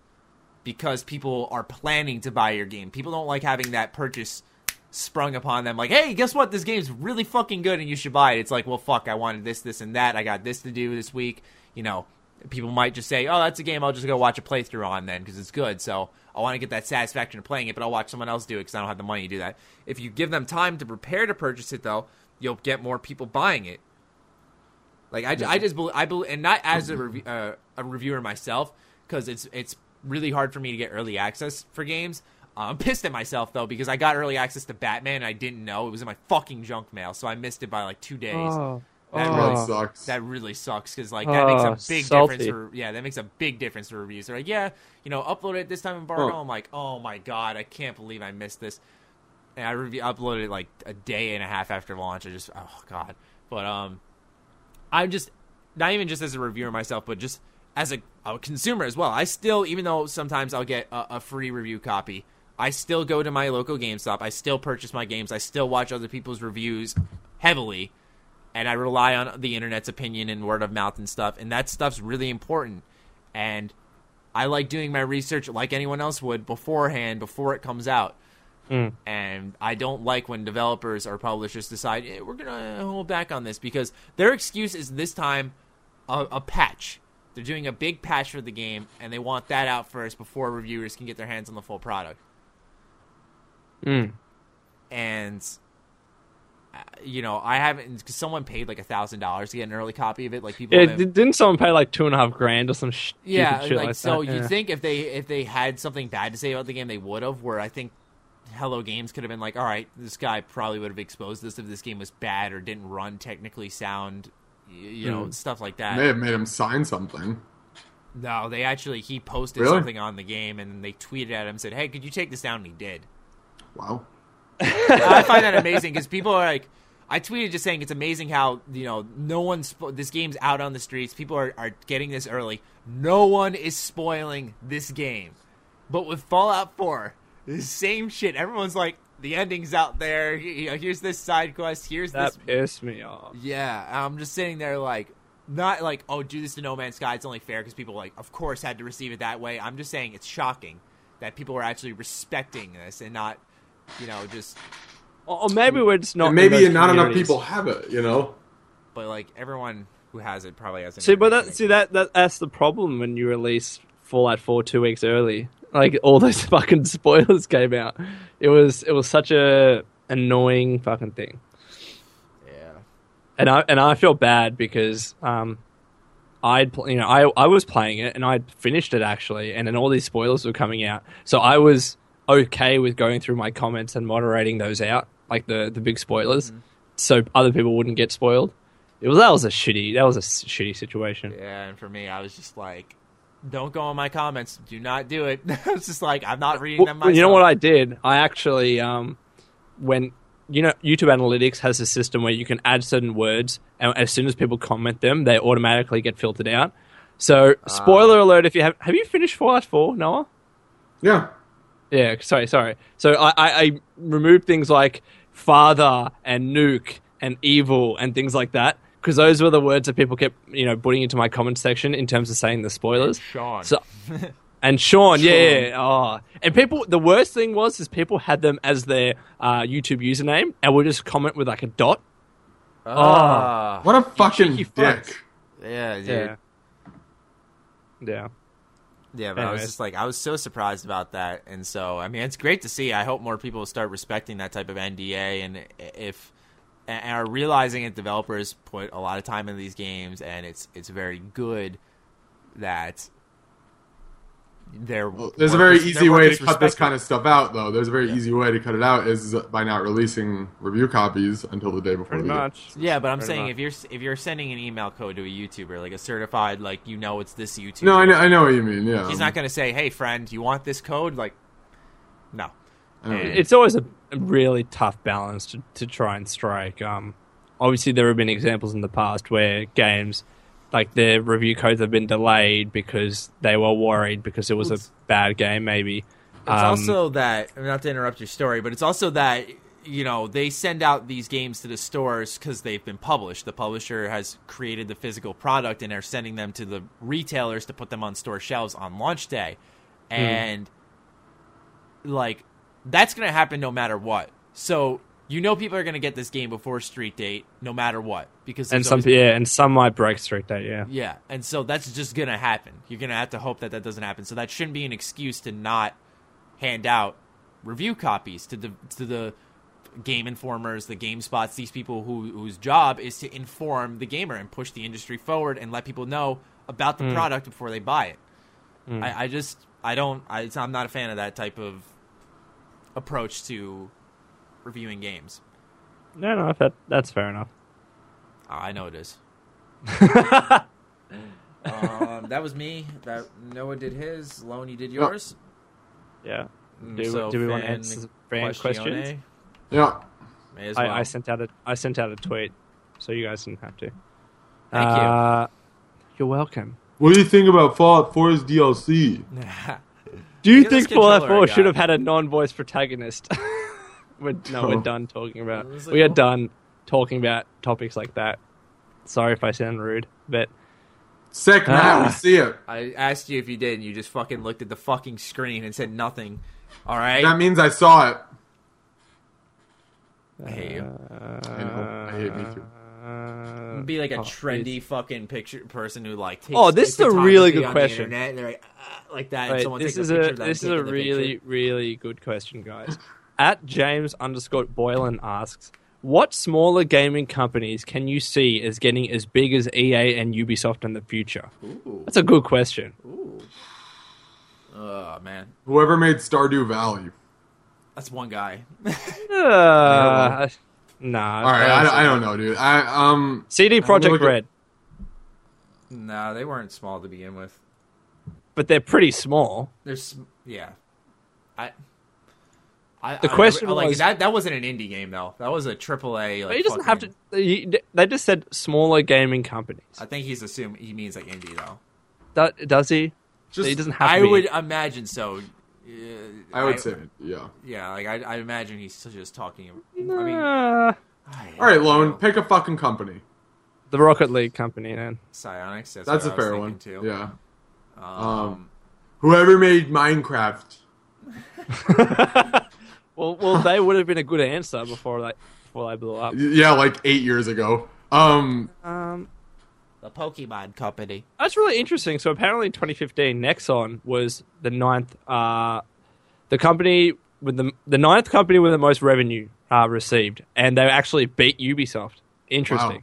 because people are planning to buy your game. People don't like having that purchase sprung upon them like, hey, guess what? This game's really fucking good and you should buy it. It's like, well, fuck, I wanted this, this, and that. I got this to do this week. You know, people might just say, oh, that's a game I'll just go watch a playthrough on then because it's good. So I want to get that satisfaction of playing it, but I'll watch someone else do it because I don't have the money to do that. If you give them time to prepare to purchase it, though, you'll get more people buying it. Like I, ju- I just believe, I believe, and not as a rev- uh, a reviewer myself, because it's it's really hard for me to get early access for games. Uh, I'm pissed at myself though because I got early access to Batman and I didn't know it was in my fucking junk mail, so I missed it by like two days. That It really really sucks. That really sucks because like that Oh, makes a big salty. difference. For, yeah, that makes a big difference for reviews. They're like, yeah, you know, upload it this time embargo. Oh. I'm like, oh my god, I can't believe I missed this. And I review uploaded it like a day and a half after launch. I just oh god, but um, I'm just not even just as a reviewer myself, but just as a, a consumer as well. I still, even though sometimes I'll get a, a free review copy, I still go to my local GameStop. I still purchase my games. I still watch other people's reviews heavily, and I rely on the internet's opinion and word of mouth and stuff. And that stuff's really important. And I like doing my research like anyone else would beforehand, before it comes out and I don't like when developers or publishers decide "Eh, we're gonna hold back on this because their excuse is this time a, a patch. They're doing a big patch for the game, and they want that out first before reviewers can get their hands on the full product. And uh, you know, I haven't. Cause someone paid like a thousand dollars to get an early copy of it. Like people, Yeah, have- di- didn't someone pay like two and a half grand or some sh- stupid yeah, shit like, like, so that? you yeah. think if they if they had something bad to say about the game, they would have. Where I think Hello Games could have been like, all right, this guy probably would have exposed this if this game was bad or didn't run technically sound, y- you Mm. know, stuff like that. They have made him sign something. No, they actually he posted Really? something on the game and they tweeted at him and said, hey, could you take this down? And he did. Wow. I find that amazing because people are like, I tweeted just saying it's amazing how you know no one's spo- this game's out on the streets. People are are getting this early. No one is spoiling this game, but with Fallout Four, the same shit. Everyone's like, the ending's out there. You know, here's this side quest. Here's that this. pissed me off. Yeah, I'm just sitting there like. Not like oh, do this to No Man's Sky. It's only fair because people like, of course, had to receive it that way. I'm just saying it's shocking that people are actually respecting this and not, you know, just Or, or maybe we're just not. And in maybe those not enough communities. people have it. You know. but like everyone who has it probably has it. See, but that see that, that that's the problem when you release Fallout Four two weeks early. Like all those fucking spoilers came out. It was it was such a annoying fucking thing. yeah, and I and I feel bad because um, I'd pl- you know I I was playing it and I'd finished it actually, and then all these spoilers were coming out, so I was okay with going through my comments and moderating those out, like the the big spoilers, so other people wouldn't get spoiled. It was that was a shitty that was a s- shitty situation. yeah. And for me, I was just like, don't go on my comments. Do not do it. I was just like, I'm not reading them. Well, Myself. you know what I did? I actually um, when you know YouTube Analytics has a system where you can add certain words, and as soon as people comment them, they automatically get filtered out. So, spoiler alert! If you have have you finished Fallout Four, Noah? Yeah. Yeah, sorry, sorry. So I, I, I removed things like father and nuke and evil and things like that because those were the words that people kept you know putting into my comment section in terms of saying the spoilers. Sean. So And Sean, yeah, Sean. yeah, oh. And people, the worst thing was is people had them as their uh, YouTube username, and would just comment with like a dot. Ah. What a fucking cheeky dick. fucks. yeah, dude. Yeah. Yeah, Yeah. but I was Anyways. just like, I was so surprised about that, and so I mean, it's great to see. I hope more people start respecting that type of NDA, and if and are realizing that developers put a lot of time into these games, and it's it's very good that. Their Well, there's a work very is- easy their work way is to cut this respected. kind of stuff out, though. There's a very easy way to cut it out is by not releasing review copies until the day before. Pretty the game. much. Yeah, but I'm Fair saying enough. if you're s- if you're sending an email code to a YouTuber, like a certified, like you know it's this YouTuber. No, I know, I know what you mean. Yeah, He's not going to say, "Hey, friend, you want this code?" Like, no. I know what you mean. It's always a a really tough balance to, to try and strike. Um, obviously, there have been examples in the past where games, like their review codes, have been delayed because they were worried because it was a bad game, maybe. It's Um, also that I mean, not to interrupt your story, but it's also that you know they send out these games to the stores because they've been published. The publisher has created the physical product and are sending them to the retailers to put them on store shelves on launch day, Hmm. and like that's going to happen no matter what. So you know people are going to get this game before street date, no matter what, because and there's some always- yeah, and some might break straight date. Yeah, Yeah, and so that's just gonna happen. You're gonna have to hope that that doesn't happen. So that shouldn't be an excuse to not hand out review copies to the to the game informers, the game spots, these people who whose job is to inform the gamer and push the industry forward and let people know about the product before they buy it. I, I just I don't I, it's- I'm not a fan of that type of approach to reviewing games. no, no, that that's fair enough. Ah, I know it is. um, that was me. That Noah did his. Lone, you did yours. Yeah. Mm, Oh, Do, so do we want to fan answer the fan questions? questione, yeah. May as well. I, I sent out a I sent out a tweet, so you guys didn't have to. Thank you. uh, You're welcome. What do you think about Fallout 4's DLC? Do you Look at think this Fallout controller I 4 got. should have had a non-voice protagonist? we're, no, we're Oh. done talking about. It was like- We are done talking about topics like that. Sorry if I sound rude, but Sick, man. Ah. We see it. I asked you if you did, and you just fucking looked at the fucking screen and said nothing. All right. That means I saw it. Uh, I hate you. I know. I hate me too. Uh, Be like a oh, trendy fucking picture person who like. Takes, Oh, this takes is a the time to really be good on question. The internet, and they're like, ah, like that. wait, and someone this takes is a picture a of them this is taking a the really picture. really good question, guys. At James underscore Boylan asks, what smaller gaming companies can you see as getting as big as EA and Ubisoft in the future? That's a good question. Oh man, Whoever made Stardew Valley. that's one guy. Uh, nah. All right, I, I don't know, dude. I um, CD Project look at- Red, no, they weren't small to begin with. but they're pretty small. There's yeah, I. I, The I- question I- like, was- that that wasn't an indie game though. That was a triple A. Like, But he doesn't have to. fucking- he- They just said smaller gaming companies. I think he's assuming he means like indie though. Do- Does he? just he doesn't have. To I be. would imagine so. Uh, I would say, yeah. yeah. Like I, I imagine he's just talking. I mean, Nah, I- All right, Lone, pick a fucking company. the Rocket League company, man. Psionics. That's, That's what a I was fair thinking, one. Too. Yeah. Um, whoever made Minecraft. Well, well, they would have been a good answer before they before they blew up. Y- Yeah, like eight years ago. Um, Um, The Pokemon Company. that's really interesting. So apparently, in 2015, Nexon was the ninth, uh, the company with the the ninth company with the most revenue uh, received, and they actually beat Ubisoft. Interesting.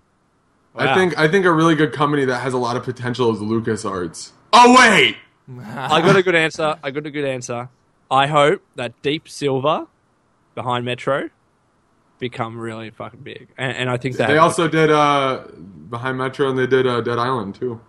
I Wow. think I think a really good company that has a lot of potential is LucasArts. Oh wait, I got a good answer. I got a good answer. I hope that Deep Silver behind Metro become really fucking big, and, and I think that they also did uh behind Metro and they did uh, Dead Island too.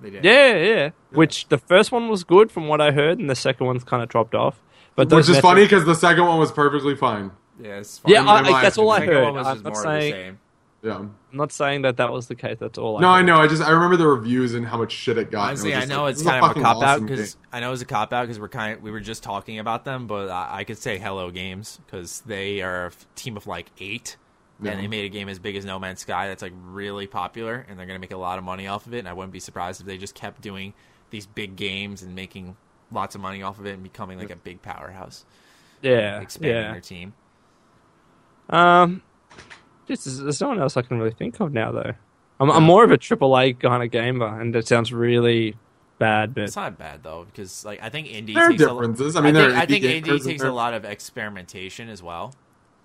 They did. yeah, yeah, yeah. Which the first one was good from what I heard, and the second one's kind of dropped off. But Which those is Metro- funny because the second one was perfectly fine. Yeah. It's fine. Yeah, I, in my I- that's all I Second heard. one was I'm just not more of the saying same. Yeah. I'm not saying that that was the case. That's all. No, I I heard. know. I just I remember the reviews and how much shit it got. and it Honestly, was I just know like, it's this is kind of a fucking cop out awesome because game. I know it's a cop out because we're kind we were just talking about them, but I, I could say Hello Games because they are a f- team of like eight, Yeah. and they made a game as big as No Man's Sky that's like really popular, and they're gonna make a lot of money off of it. And I wouldn't be surprised if they just kept doing these big games and making lots of money off of it and becoming like a big powerhouse, Yeah, expanding Uh, yeah. their team. Um, just there's- there's no one else I can really think of now though. I'm, I'm more of a AAA kind of gamer, and it sounds really bad, but It's not bad though because like I think indie There are takes differences. A, I mean, there I are think, I think indie gamers indie and takes there- a lot of experimentation as well.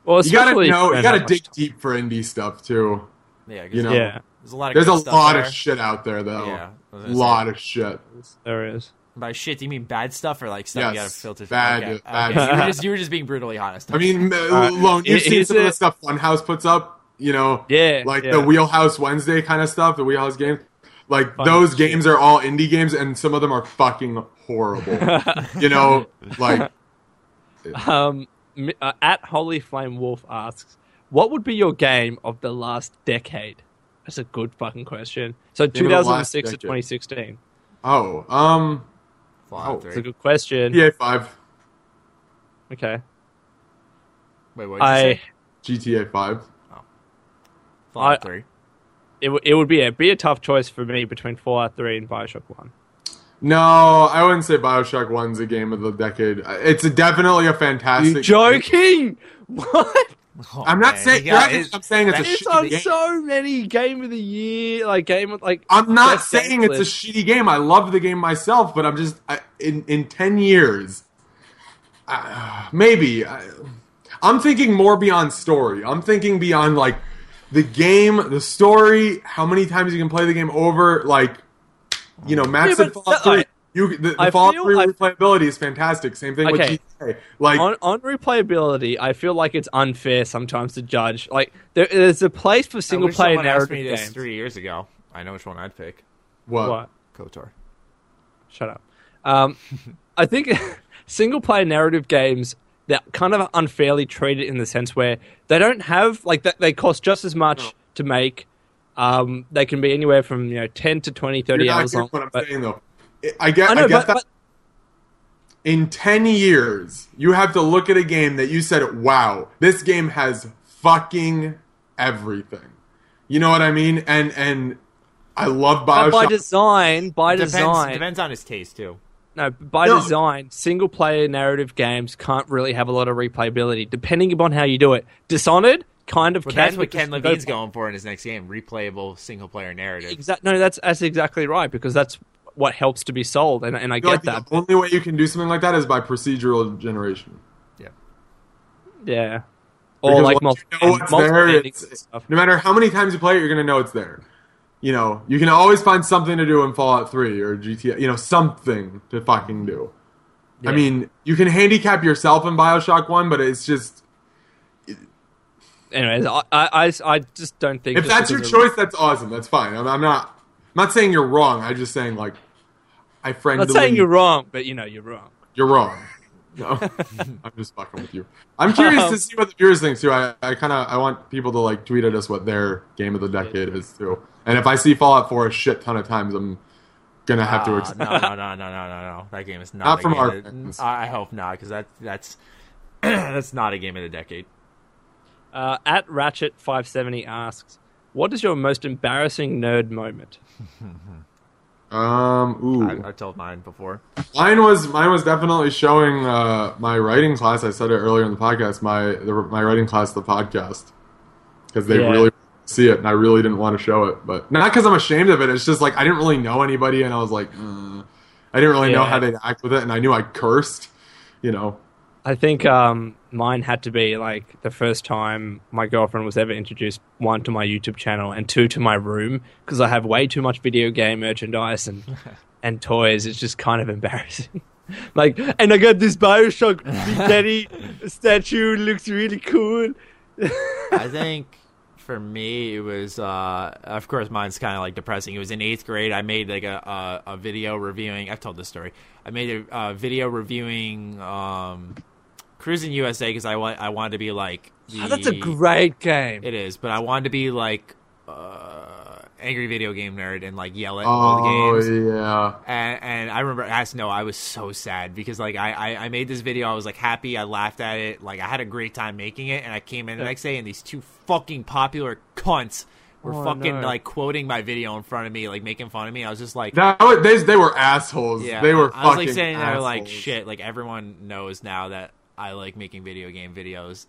well, You gotta especially know. You when gotta I- dig deep for indie stuff too. Yeah, 'cause You know. Yeah, there's a lot of There's good a stuff lot there. of shit out there though. Yeah, I was gonna say. lot of shit. there is. By shit, do you mean bad stuff or like stuff you Yes, gotta filter? through? bad- okay. bad okay. You, were stuff. just, you were just being brutally honest. I mean, Uh, Lone, you've i- seen is some of the it- stuff Funhouse puts up, you know, Yeah, like yeah. the Wheelhouse Wednesday kind of stuff, the Wheelhouse games. Like Fun those shit. games are all indie games, and some of them are fucking horrible. you know, like Um, m- uh, at Holy Flame Wolf asks, "What would be your game of the last decade?" That's a good fucking question. So of the last 2006 to decade. 2016. oh, um, Fallout oh, three. It's a good question. GTA Five, Okay. Wait, what? I GTA Five. Fallout I- three. it, w- it would be a be a tough choice for me between Fallout 3 and Bioshock One. No, I wouldn't say Bioshock One's a game of the decade. It's a, definitely a fantastic. You joking? What? Oh, I'm not man, saying. you got- you're not- I'm saying it's a It's shitty on game. so many game of the year, like game of like. I'm not best saying games it's a list. shitty game. I love the game myself, but I'm just I, in in ten years, uh, maybe I, I'm thinking more beyond story. I'm thinking beyond like the game, the story, how many times you can play the game over. Like you know, Max Yeah, and but Fallout that- I- Three. You, the, I the Fallout feel- 3 I- replayability is fantastic. Same thing Okay. with GTA. Like, on, on replayability, I feel like it's unfair sometimes to judge. Like there, there's a place for I single wish player someone asked narrative me this games. three years ago. I know which one I'd pick. what? What? Kotor. Shut up. Um, I think single player narrative games that kind of unfairly treated in the sense where they don't have like that they cost just as much to make. Um, they can be anywhere from you know ten to 20, 30 You're not hours hearing long. what I'm but- saying, though. I get, I I, know, but, get that. but in 10 years, you have to look at a game that you said, wow, this game has fucking everything. You know what I mean? And and I love But by Bioshock. design, by Depends, design, depends on his taste too. no, by No. design, single player narrative games can't really have a lot of replayability, depending upon how you do it. Dishonored kind of But can. that's what because Ken you Levine's go- going for in his next game: replayable single player narrative. Exact, no, that's that's exactly right because that's what helps to be sold, and, and I I feel get like that. The only way you can do something like that is by procedural generation. Yeah. Yeah, or Because Oh, like once multi- you know what's multiple there, endings it's- and stuff. no matter how many times you play it, you're gonna know it's there. You know, you can always find something to do in Fallout 3 or GTA. You know, something to fucking do. I Yeah. mean, you can handicap yourself in Bioshock 1, but it's just Anyways, I, I, I s- I just don't think if just that's your because of- choice, that's awesome. That's fine. I'm, I'm not. I'm not saying you're wrong. I'm just saying like, I I'm friendly. not saying you're wrong, but you know you're wrong. You're wrong. No, I'm just fucking with you. I'm curious Um, to see what the viewers think too. I, I kind of I want people to like tweet at us what their game of the decade is too. And if I see Fallout 4 a shit ton of times, I'm gonna have to. Ah, Accept. no, no, no, no, no, no, no. That game is not, Not a from game our of the- fans. I I hope not, because that that's that's not a game of the decade. Uh, at Ratchet five seventy asks, "What is your most embarrassing nerd moment?" Um. Ooh. I, I've told mine before. Mine was mine was definitely showing uh, my writing class. I said it earlier in the podcast. My the, my writing class, the podcast, because they Yeah. really see it, and I really didn't want to show it. But not because I'm ashamed of it. It's just like I didn't really know anybody, and I was like, uh, I didn't really know Yeah. how to act with it, and I knew I cursed. You know, I think um, mine had to be like the first time my girlfriend was ever introduced one to my YouTube channel and two to my room because I have way too much video game merchandise and and toys. It's just kind of embarrassing. like, and I got this Bioshock Big Daddy statue. It looks really cool. I think for me, it was, uh, of course, mine's kind of like depressing. It was in eighth grade. I made like a, a, a video reviewing. I've told this story. I made a, uh video reviewing um, Cruising USA because I, wa- I wanted to be like. Oh, that's a the- great game. It is, but I wanted to be like uh, angry video game nerd and like yell at all the oh games. yeah, And, and I remember, I no, I was so sad because like I, I, I made this video, I was like happy, I laughed at it, like I had a great time making it, and I came in the next day and these two fucking popular cunts were Oh, fucking no. like quoting my video in front of me, like making fun of me. I was just like, That was, they, they were assholes. yeah, they were I was fucking like sitting there like assholes. shit. Like everyone knows now that I like making video game videos.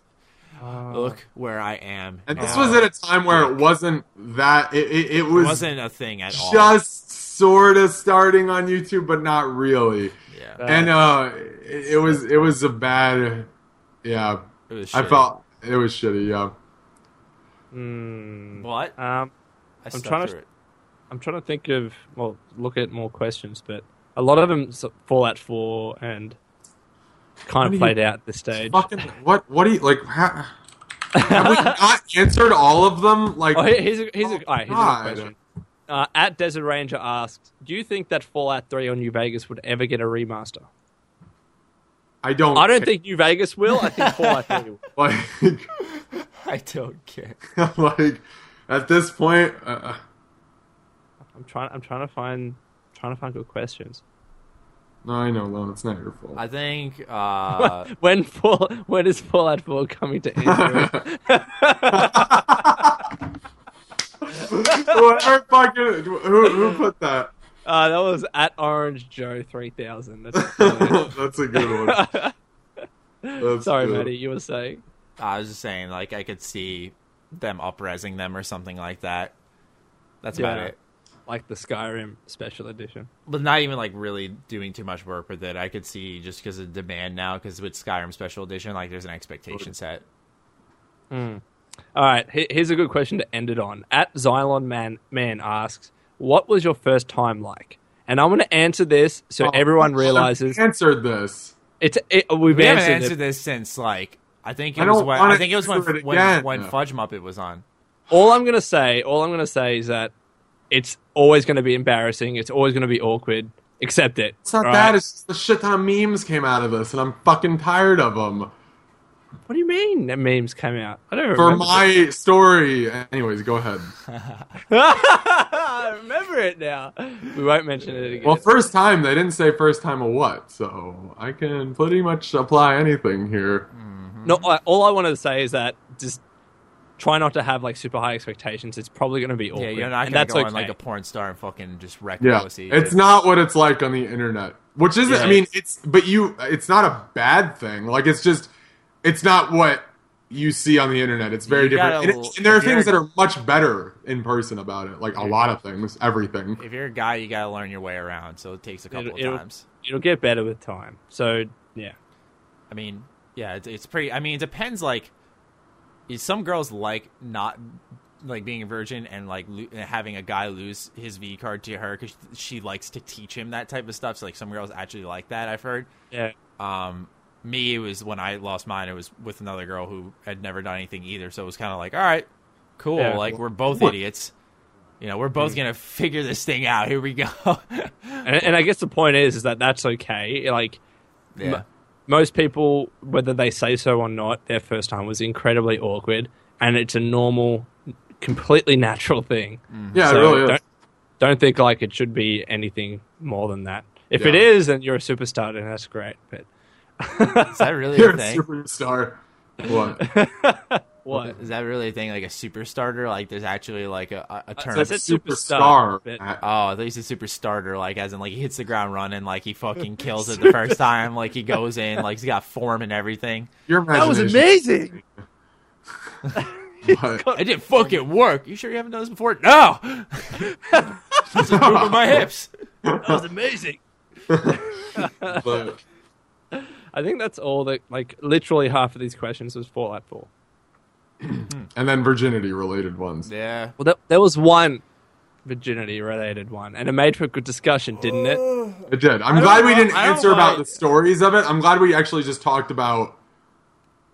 Look where I am. Oh. And this now. was at a time where it wasn't that. It, it, it It was wasn't a thing at all. just sort of starting on YouTube, but not really. yeah, Uh, and uh, it, it was it was a bad. Yeah, it was. I shitty. felt it was shitty. Yeah, Hmm. what? I Um, stuck trying to- through it. I'm trying to think of well, look at more questions, but a lot of them s- Fallout Four and What kind do of you- played out at this stage. fucking what? What do you like? Ha, have we not answered all of them? Like, Oh, here- here's a, here's a, Oh, all right, here's God. a question. Uh, at Desert Ranger asks, do you think that Fallout 3 on New Vegas would ever get a remaster? I don't. I don't care. think New Vegas will. I think Fallout 3 will. like I don't care. like at this point. Uh, I'm trying. I'm trying to find. Trying to find good questions. no, I know, Lon. It's not your fault. I think. uh when Fall, when is Fallout 4 coming to Android? Whatever fucking who, who put that? uh, that was at Orange Joe 3000. That's brilliant. That's a good one. That's Sorry, good. Maddie, you were saying. I was just saying, like, I could see them upresing them or something like that. That's Yeah. about it. Like the Skyrim Special Edition. But not even like really doing too much work with it. I could see just because of demand now, because with Skyrim Special Edition, like, there's an expectation set. All right, he- here's a good question to end it on. At Xylon Man Man asks, "What was your first time like?" And I'm going to answer this so Oh, everyone we realizes answered this. it's it, we've We haven't answered, answered it. this since like I think it I was don't when wanna I think it was when answer it when, again. when Fudge Muppet was on. All I'm going to say, all I'm going to say is that it's always going to be embarrassing. It's always going to be awkward. Accept it. It's not all that. right? It's just the shit ton of memes came out of this, and I'm fucking tired of them. What do you mean? That memes came out. I don't For remember. my story, anyways, go ahead. I remember it now. We won't mention it again. Well, first time they didn't say first time of what, so I can pretty much apply anything here. Mm, No, I- all I wanted to say is that just try not to have like super high expectations. It's probably going to Oh, be awkward. Yeah, you're not and gonna that's go on okay. like a porn star and fucking just wreck Yeah, pussy. it's not what it's like on the internet, which isn't. I Yeah. mean, it's but you. It's not a bad thing. Like it's just, it's not what you see on the internet. It's very You different, gotta- and, it- and there are if you're- things that are much better in person about it. Like a lot of things, everything. If you're a guy, you gotta learn your way around, so it takes a couple It'll- of it'll- times. It'll get better with time. So yeah, I mean, yeah, it's, it's pretty. I mean, it depends. Like, is- some girls like not like being a virgin and like lo- and having a guy lose his V card to her because she likes to teach him that type of stuff. So like, some girls actually like that. I've heard. yeah. Um, me, it was when I lost mine. It was with another girl who had never done anything either. So it was kind of like, all right, cool. Yeah. like we're both What? idiots. You know, we're both gonna figure this thing out. Here we go. And, and I guess the point is, is that that's okay. Like yeah. m- most people, whether they say so or not, their first time was incredibly awkward, and it's a normal, completely natural thing. Mm-hmm. Yeah, So it really is. Don't, don't think like it should be anything more than that. If it Yeah. is, then you're a superstar, and that's great. But Is that really You're a a thing? superstar. What? what? Is that really a thing? Like a super starter? Like there's actually like a, a a term. So I said superstar. Superstar. but- oh, I thought you said super starter. Like as in like he hits the ground running. Like he fucking kills it the first time. Like he goes in. Like he's got form and everything. Your imagination. amazing. But- It didn't fucking work. You sure you haven't done this before? No. Just a move with my hips. That was amazing. but- I think that's all that like literally half of these questions was Fallout 4. and then virginity related ones. Yeah. Well, there, there was one virginity related one, and it made for a good discussion, didn't it? It did. I'm don't glad we know- didn't I don't answer about mind- the stories of it. I'm glad we actually just talked about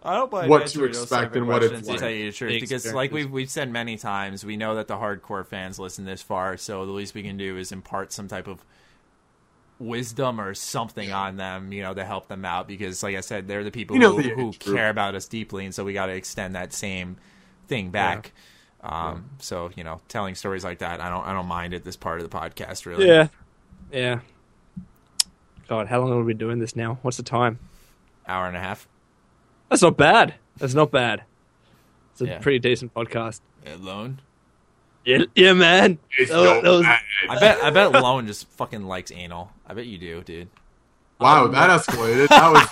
I don't buy What to expect and what it's like. To tell you the truth, The because experience. like we've we've said many times, we know that the hardcore fans listen this far, so the least we can do is impart some type of wisdom or something on them, you know, to help them out. Because like I said, they're the people You know who, the who age group. care about us deeply, and so we got to extend that same thing back. Um, so you know, telling stories like that, I don't, I don't mind at this part of the podcast, really. Yeah. Yeah. God, how long have we been doing this now? What's the time? hour and a half. That's not bad. That's not bad. It's a Yeah. pretty decent podcast. Alone. Yeah, yeah man. It's That was- so that was- bad. I bet I bet Loan just fucking likes anal. I bet you do, dude. Wow, Um, that escalated. That was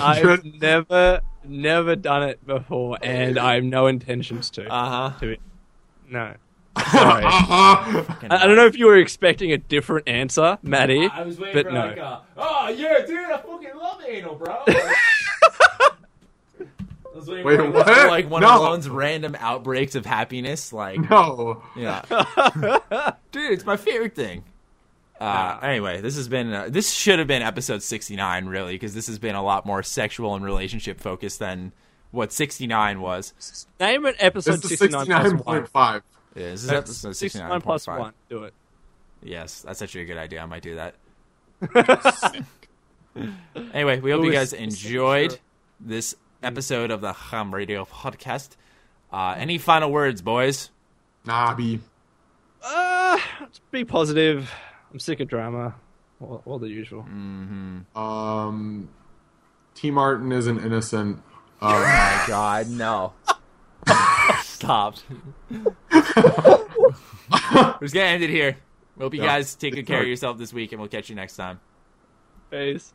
I've never, never done it before, and I have no intentions to. Uh to be- no. sorry. uh-huh. I, I don't know if you were expecting a different answer, Maddie. I was waiting but for no. like, a, oh yeah, dude, I fucking love anal, bro. I was waiting Wait, for like, what? that's like one No. of Loan's random outbreaks of happiness, like No. Yeah. Dude, it's my favorite thing. Uh, anyway, this has been uh, this should have been episode 69 really because this has been a lot more sexual and relationship focused than what 69 was. Name an episode This is 69 plus one. 69.5. Yeah, this is episode 69 plus 69.5. one. Do it. Yes, that's actually a good idea. I might do that. anyway, we hope you Louis- guys enjoyed Sure. this episode of the Ham Radio podcast. Uh, any final words, boys? Nah, B. Uh, let's be positive. I'm sick of drama. All, all the usual. Um, T. Martin isn't innocent. Um, My Oh, God, no. Stop. We're just going to end it here. We hope you Yeah. guys take good care of Sorry. yourself this week, and we'll catch you next time. Peace.